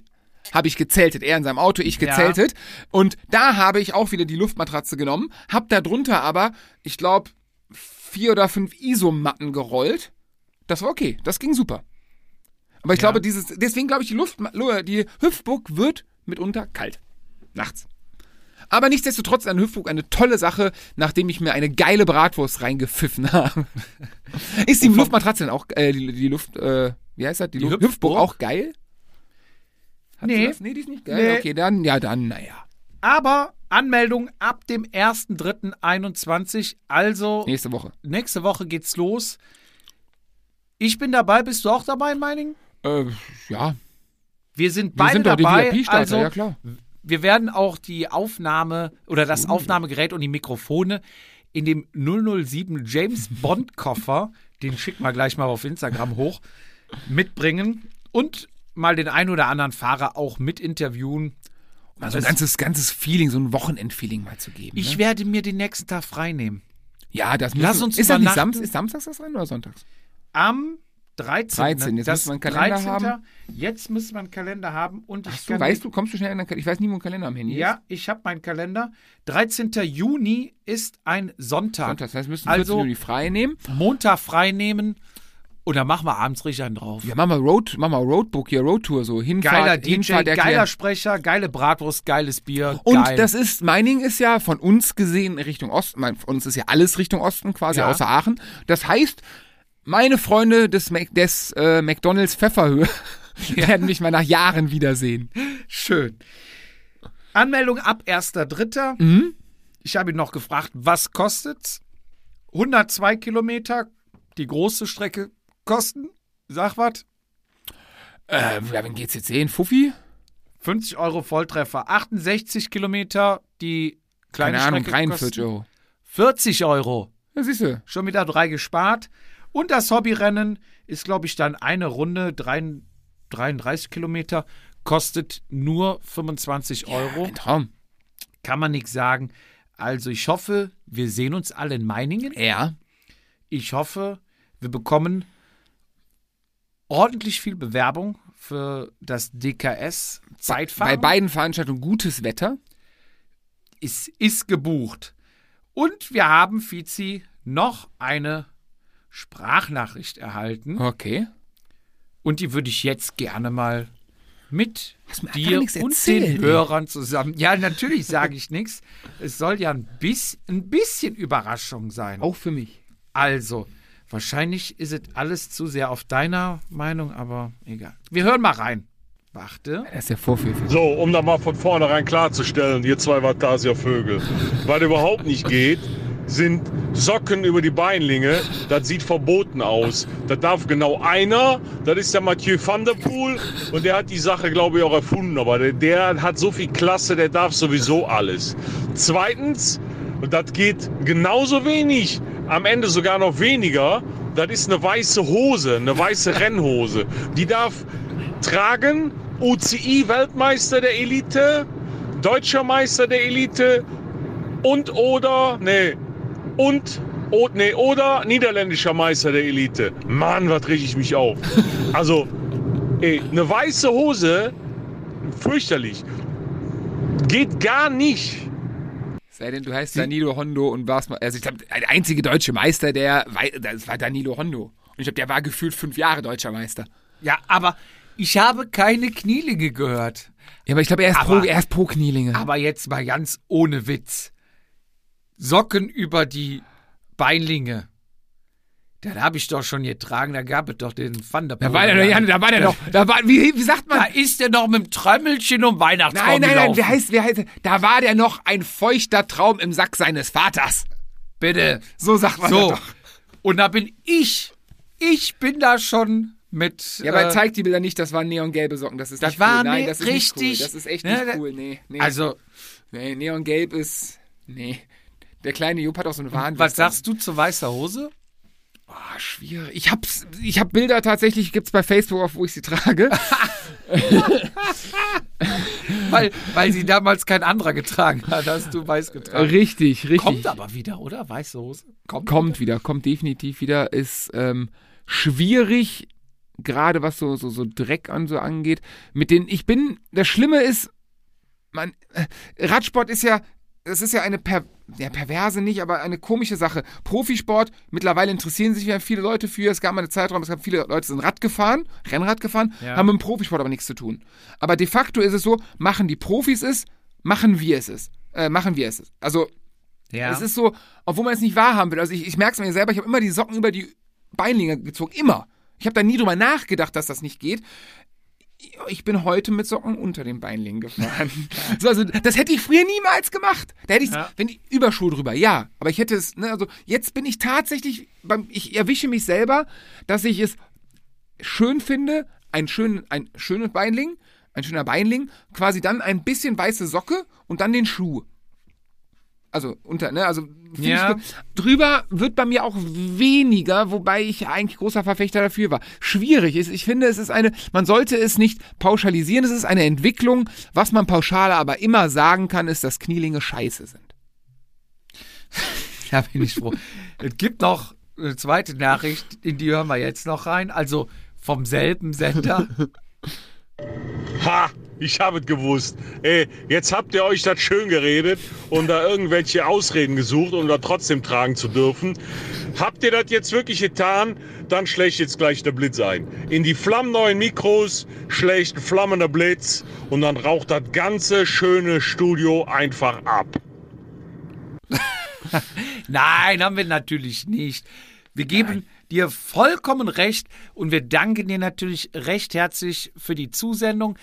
Speaker 2: habe ich gezeltet. Er in seinem Auto, ich gezeltet. Und da habe ich auch wieder die Luftmatratze genommen, hab da drunter aber, ich glaube, vier oder fünf Isomatten gerollt. Das war okay. Das ging super. Aber ich glaube, dieses, deswegen glaube ich, die Luft, die Hüpfburg wird mitunter kalt. Nachts. Aber nichtsdestotrotz an Hüpfburg eine tolle Sache, nachdem ich mir eine geile Bratwurst reingepfiffen habe. Ist die Luftmatratze denn auch, äh, die, die Luft, äh, wie heißt das? Die, Luft,
Speaker 1: Hüpfburg?
Speaker 2: Hüpfburg auch geil? Hat sie
Speaker 1: Nee.
Speaker 2: das? nee, die ist nicht geil.
Speaker 1: Nee.
Speaker 2: Okay, dann, ja, dann, naja.
Speaker 1: Aber Anmeldung ab dem 1.3.21. Also
Speaker 2: Nächste Woche.
Speaker 1: nächste Woche geht's los. Ich bin dabei. Bist du auch dabei, Meining?
Speaker 2: Äh,
Speaker 1: Ähm,
Speaker 2: ja,
Speaker 1: Wir sind
Speaker 2: wir
Speaker 1: beide
Speaker 2: sind doch die
Speaker 1: dabei.
Speaker 2: VIP-Starter,
Speaker 1: also
Speaker 2: ja klar. Oh.
Speaker 1: wir werden auch die Aufnahme oder das Aufnahmegerät und die Mikrofone in dem 007 James Bond Koffer, den schicken wir gleich mal auf Instagram hoch, mitbringen und mal den ein oder anderen Fahrer auch mit interviewen.
Speaker 2: Mal so ein ganzes, ganzes Feeling, so ein Wochenend-Feeling mal zu geben.
Speaker 1: Also Ich
Speaker 2: ne?
Speaker 1: werde mir den nächsten Tag freinehmen.
Speaker 2: Ja, das
Speaker 1: Lass
Speaker 2: müssen-
Speaker 1: uns
Speaker 2: ist das nicht
Speaker 1: übernachten.
Speaker 2: Samstag, ist Samstags das Rennen oder Sonntags?
Speaker 1: Am 13.
Speaker 2: 13, jetzt
Speaker 1: das
Speaker 2: müssen wir einen Kalender haben.
Speaker 1: Jetzt müsste man einen Kalender haben und ich
Speaker 2: Ach so, weißt du, kommst du schnell in den Kalender? Ich weiß nie, wo ein Kalender am Handy ist.
Speaker 1: Ja, ich habe meinen Kalender. 13. Juni ist ein Sonntag.
Speaker 2: Sonntags, das heißt, wir müssen
Speaker 1: Also-
Speaker 2: 14 Juni frei nehmen.
Speaker 1: Montag frei nehmen und dann machen wir abends richtig einen drauf.
Speaker 2: Ja, mach mal, Road, mach mal Roadbook hier, Roadtour so. Hinfahrt,
Speaker 1: Geiler DJ,
Speaker 2: Hinfahrt erklären.
Speaker 1: geiler Sprecher, geile Bratwurst, geiles Bier.
Speaker 2: Und
Speaker 1: geil.
Speaker 2: das ist, Meining ist ja von uns gesehen Richtung Osten, mein, von uns ist ja alles Richtung Osten quasi,
Speaker 1: Ja.
Speaker 2: außer Aachen. Das heißt, meine Freunde des, Mac, des äh, McDonalds Pfefferhöhe werden mich mal nach Jahren wiedersehen.
Speaker 1: schön. Anmeldung ab 1.3.
Speaker 2: Mhm.
Speaker 1: Ich habe ihn noch gefragt, was kostet's? 102 Kilometer, die große Strecke kosten, sag was,
Speaker 2: Äh, ja, wen geht's jetzt sehen? Fuffi?
Speaker 1: 50 Euro Volltreffer, 68 Kilometer, die kleine
Speaker 2: Keine Ahnung,
Speaker 1: Strecke
Speaker 2: 43
Speaker 1: kosten
Speaker 2: Euro.
Speaker 1: 40 Euro.
Speaker 2: Ja, siehst du.
Speaker 1: schon wieder drei gespart. Und das Hobbyrennen ist, glaube ich, dann eine Runde, drei, 33 Kilometer, kostet nur 25 Euro.
Speaker 2: Ein Traum.
Speaker 1: Kann man nichts sagen. Also ich hoffe, wir sehen uns alle in Meiningen.
Speaker 2: Ja.
Speaker 1: Ich hoffe, wir bekommen ordentlich viel Bewerbung für das DKS
Speaker 2: Bei
Speaker 1: Zeitfahren.
Speaker 2: beiden Veranstaltungen gutes Wetter.
Speaker 1: Es ist gebucht. Und wir haben, Fizi, noch eine Sprachnachricht
Speaker 2: Oh,
Speaker 1: erhalten.
Speaker 2: Okay.
Speaker 1: Und die würde ich jetzt gerne mal mit
Speaker 2: mir gar
Speaker 1: dir
Speaker 2: nichts
Speaker 1: und
Speaker 2: erzählt,
Speaker 1: den
Speaker 2: ey.
Speaker 1: Hörern zusammen. Ja, natürlich sage ich nichts. Es soll ja ein, bis, ein bisschen Überraschung sein.
Speaker 2: Auch für mich.
Speaker 1: Also, wahrscheinlich ist es alles zu sehr auf deiner Meinung, aber egal. Wir hören mal rein. Warte.
Speaker 2: Das ist ja Vorführfilm.
Speaker 4: So, um da mal von vornherein klarzustellen, ihr zwei Vatasia Vögel, was überhaupt nicht geht, sind Socken über die Beinlinge. Das sieht verboten aus. Das darf genau einer. Das ist der Mathieu van der Poel. Und der hat die Sache, glaube ich, auch erfunden. Aber der, der hat so viel Klasse, der darf sowieso alles. Zweitens, und das geht genauso wenig, am Ende sogar noch weniger, das ist eine weiße Hose, eine weiße Rennhose. Die darf tragen UCI-Weltmeister der Elite, deutscher Meister der Elite, und oder, nee, und, oh, nee, oder niederländischer Meister der Elite. Mann, was reg ich mich auf. Also, ey, eine weiße Hose, fürchterlich. Geht gar nicht.
Speaker 2: Sei denn, du heißt Danilo Hondo und warst mal. Also, ich glaube, der einzige deutsche Meister, der. wei- Das war Danilo Hondo. Und ich glaube, der war gefühlt fünf Jahre deutscher Meister.
Speaker 1: Ja, aber ich habe keine Knielinge gehört.
Speaker 2: Ja, aber ich glaube, er ist
Speaker 1: Aber-
Speaker 2: pro, er ist pro Knielinge.
Speaker 1: Aber jetzt mal ganz ohne Witz. Socken über die Beinlinge. Dann habe ich doch schon getragen, da gab es doch den Van der
Speaker 2: da war der, ja, da war der doch. Da war, wie, wie sagt man?
Speaker 1: Da ist der noch mit dem Trömmelchen um Weihnachtsbaum
Speaker 2: Nein, nein, nein,
Speaker 1: gelaufen.
Speaker 2: wer heißt, wer heißt, da war der noch ein feuchter Traum im Sack seines Vaters.
Speaker 1: Bitte.
Speaker 2: So sagt man das
Speaker 1: So.
Speaker 2: doch.
Speaker 1: Und da bin ich, ich bin da schon mit.
Speaker 2: Ja, aber
Speaker 1: äh,
Speaker 2: zeig die Bilder nicht, das waren neongelbe Socken, das ist
Speaker 1: Das
Speaker 2: nicht
Speaker 1: war
Speaker 2: cool. Nein,
Speaker 1: ne-
Speaker 2: das ist nicht cool.
Speaker 1: richtig-
Speaker 2: Das ist echt
Speaker 1: ne,
Speaker 2: nicht
Speaker 1: da-
Speaker 2: cool, nee. nee.
Speaker 1: also,
Speaker 2: nee, neongelb ist, nee. Der kleine Jupp hat auch so einen Wahn.
Speaker 1: was sagst du zu weißer Hose?
Speaker 2: Ah, schwierig. Ich hab's, ich hab Bilder tatsächlich, gibt's bei Facebook, auf wo ich sie trage.
Speaker 1: Weil, weil sie damals kein anderer getragen hat, hast du weiß getragen.
Speaker 2: richtig, richtig.
Speaker 1: Kommt aber wieder, oder? Weiße Hose? Kommt.
Speaker 2: kommt wieder, kommt definitiv wieder. Ist ähm, schwierig, gerade was so, so, so Dreck an so angeht. Mit den, ich bin, das Schlimme ist, man, äh, Radsport ist ja, das ist ja eine per, ja, perverse nicht, aber eine komische Sache. Profisport, mittlerweile interessieren sich ja viele Leute für. Es gab mal eine Zeitraum, es gab viele Leute, sind Rad gefahren, Rennrad gefahren,
Speaker 1: Ja.
Speaker 2: haben mit dem Profisport aber nichts zu tun. Aber de facto ist es so, machen die Profis es, machen wir es es. Äh, machen wir es. es. Also
Speaker 1: Ja.
Speaker 2: es ist so, obwohl man es nicht wahrhaben will. Also ich, ich merke es mir selber, ich habe immer die Socken über die Beinlinge gezogen. Immer. Ich habe da nie drüber nachgedacht, dass das nicht geht. Ich bin heute mit Socken unter den Beinlingen gefahren. so, also, das hätte ich früher niemals gemacht. Da hätte ich,
Speaker 1: Ja.
Speaker 2: wenn die Überschuhe drüber, ja. Aber ich hätte es, ne, also jetzt bin ich tatsächlich, beim, ich erwische mich selber, dass ich es schön finde, ein, schön, ein schönes Beinling, ein schöner Beinling, quasi dann ein bisschen weiße Socke und dann den Schuh. Also unter, ne, also find
Speaker 1: Ja.
Speaker 2: ich, drüber wird bei mir auch weniger, wobei ich eigentlich großer Verfechter dafür war. Schwierig ist, ich finde, es ist eine, man sollte es nicht pauschalisieren, es ist eine Entwicklung. Was man pauschal aber immer sagen kann, ist, dass Knielinge scheiße sind.
Speaker 1: Da bin ich froh. es gibt noch eine zweite Nachricht, in die hören wir jetzt noch rein. Also vom selben Sender.
Speaker 4: Ha, ich habe es gewusst. Ey, jetzt habt ihr euch das schön geredet und da irgendwelche Ausreden gesucht, um da trotzdem tragen zu dürfen. Habt ihr das jetzt wirklich getan, dann schlägt jetzt gleich der Blitz ein. In die flammneuen Mikros schlägt ein flammender Blitz und dann raucht das ganze schöne Studio einfach ab.
Speaker 1: Nein, haben wir natürlich nicht. Wir geben dir vollkommen recht und wir danken dir natürlich recht herzlich für die Zusendung.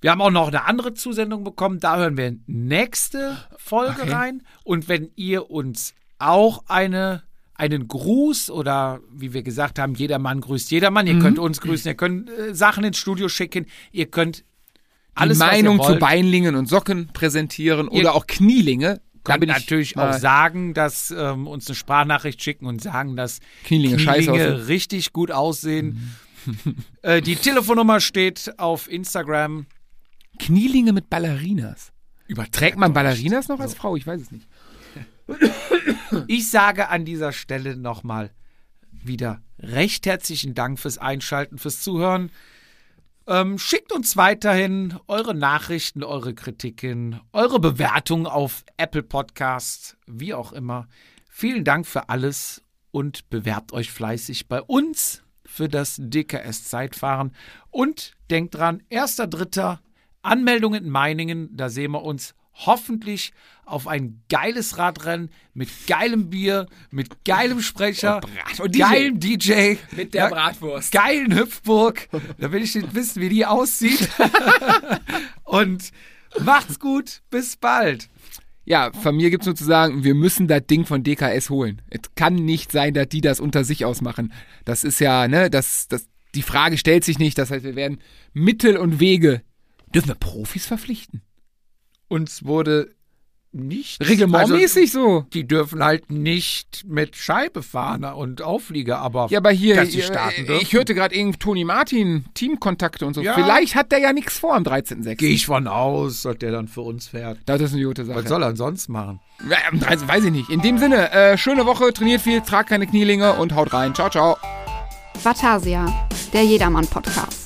Speaker 1: Wir haben auch noch eine andere Zusendung bekommen. Da hören wir nächste Folge
Speaker 2: Okay.
Speaker 1: rein. Und wenn ihr uns auch eine, einen Gruß oder wie wir gesagt haben, jedermann grüßt jedermann.
Speaker 2: Mhm.
Speaker 1: Ihr könnt uns grüßen, ihr könnt äh, Sachen ins Studio schicken, ihr könnt alles
Speaker 2: Die Meinung
Speaker 1: was ihr
Speaker 2: zu
Speaker 1: wollt,
Speaker 2: Beinlingen und Socken präsentieren oder auch Knielinge. Da
Speaker 1: kann
Speaker 2: bin ich
Speaker 1: natürlich
Speaker 2: mal-
Speaker 1: auch sagen, dass ähm, uns eine Sprachnachricht schicken und sagen, dass
Speaker 2: Knielinge scheiße aussehen. Mhm.
Speaker 1: richtig gut aussehen. äh, die Telefonnummer steht auf Instagram.
Speaker 2: Knielinge mit Ballerinas.
Speaker 1: Überträgt
Speaker 2: Trägt man Ballerinas noch als Frau? Ich weiß es nicht.
Speaker 1: Ich sage an dieser Stelle nochmal wieder recht herzlichen Dank fürs Einschalten, fürs Zuhören. Ähm, schickt uns weiterhin eure Nachrichten, eure Kritiken, eure Bewertungen auf Apple Podcasts, wie auch immer. Vielen Dank für alles und bewerbt euch fleißig bei uns für das DKS Zeitfahren. Und denkt dran, 1.3. Anmeldung in Meiningen, da sehen wir uns hoffentlich auf ein geiles Radrennen mit geilem Bier, mit geilem Sprecher,
Speaker 2: Brat- Oh, und DJ.
Speaker 1: geilem DJ,
Speaker 2: Mit der Bratwurst.
Speaker 1: geilen Hüpfburg. Da will ich nicht wissen, wie die aussieht. Und macht's gut, bis bald.
Speaker 2: Ja, von mir gibt's nur zu sagen, wir müssen das Ding von DKS holen. Es kann nicht sein, dass die das unter sich ausmachen. Das ist ja, ne, das, das, die Frage stellt sich nicht. Das heißt, wir werden Mittel und Wege. Dürfen wir Profis verpflichten?
Speaker 1: Uns wurde nicht. Also,
Speaker 2: Reglementmäßig so.
Speaker 1: die dürfen halt nicht mit Scheibe fahren und Auflieger, aber.
Speaker 2: Ja, aber hier,
Speaker 1: dass sie
Speaker 2: ihr-
Speaker 1: starten
Speaker 2: äh,
Speaker 1: dürfen.
Speaker 2: ich hörte gerade irgendwie Toni Martin, Teamkontakte und so.
Speaker 1: Ja.
Speaker 2: Vielleicht hat der ja nichts vor am 13.06.
Speaker 1: Gehe ich von aus, dass der dann für uns fährt.
Speaker 2: Das ist eine gute Sache.
Speaker 1: Was soll er denn sonst machen?
Speaker 2: Ja, am 13. weiß ich nicht. In dem Sinne, äh, schöne Woche, trainiert viel, tragt keine Knielinge und haut rein. Ciao, ciao.
Speaker 3: Batasia, der Jedermann-Podcast.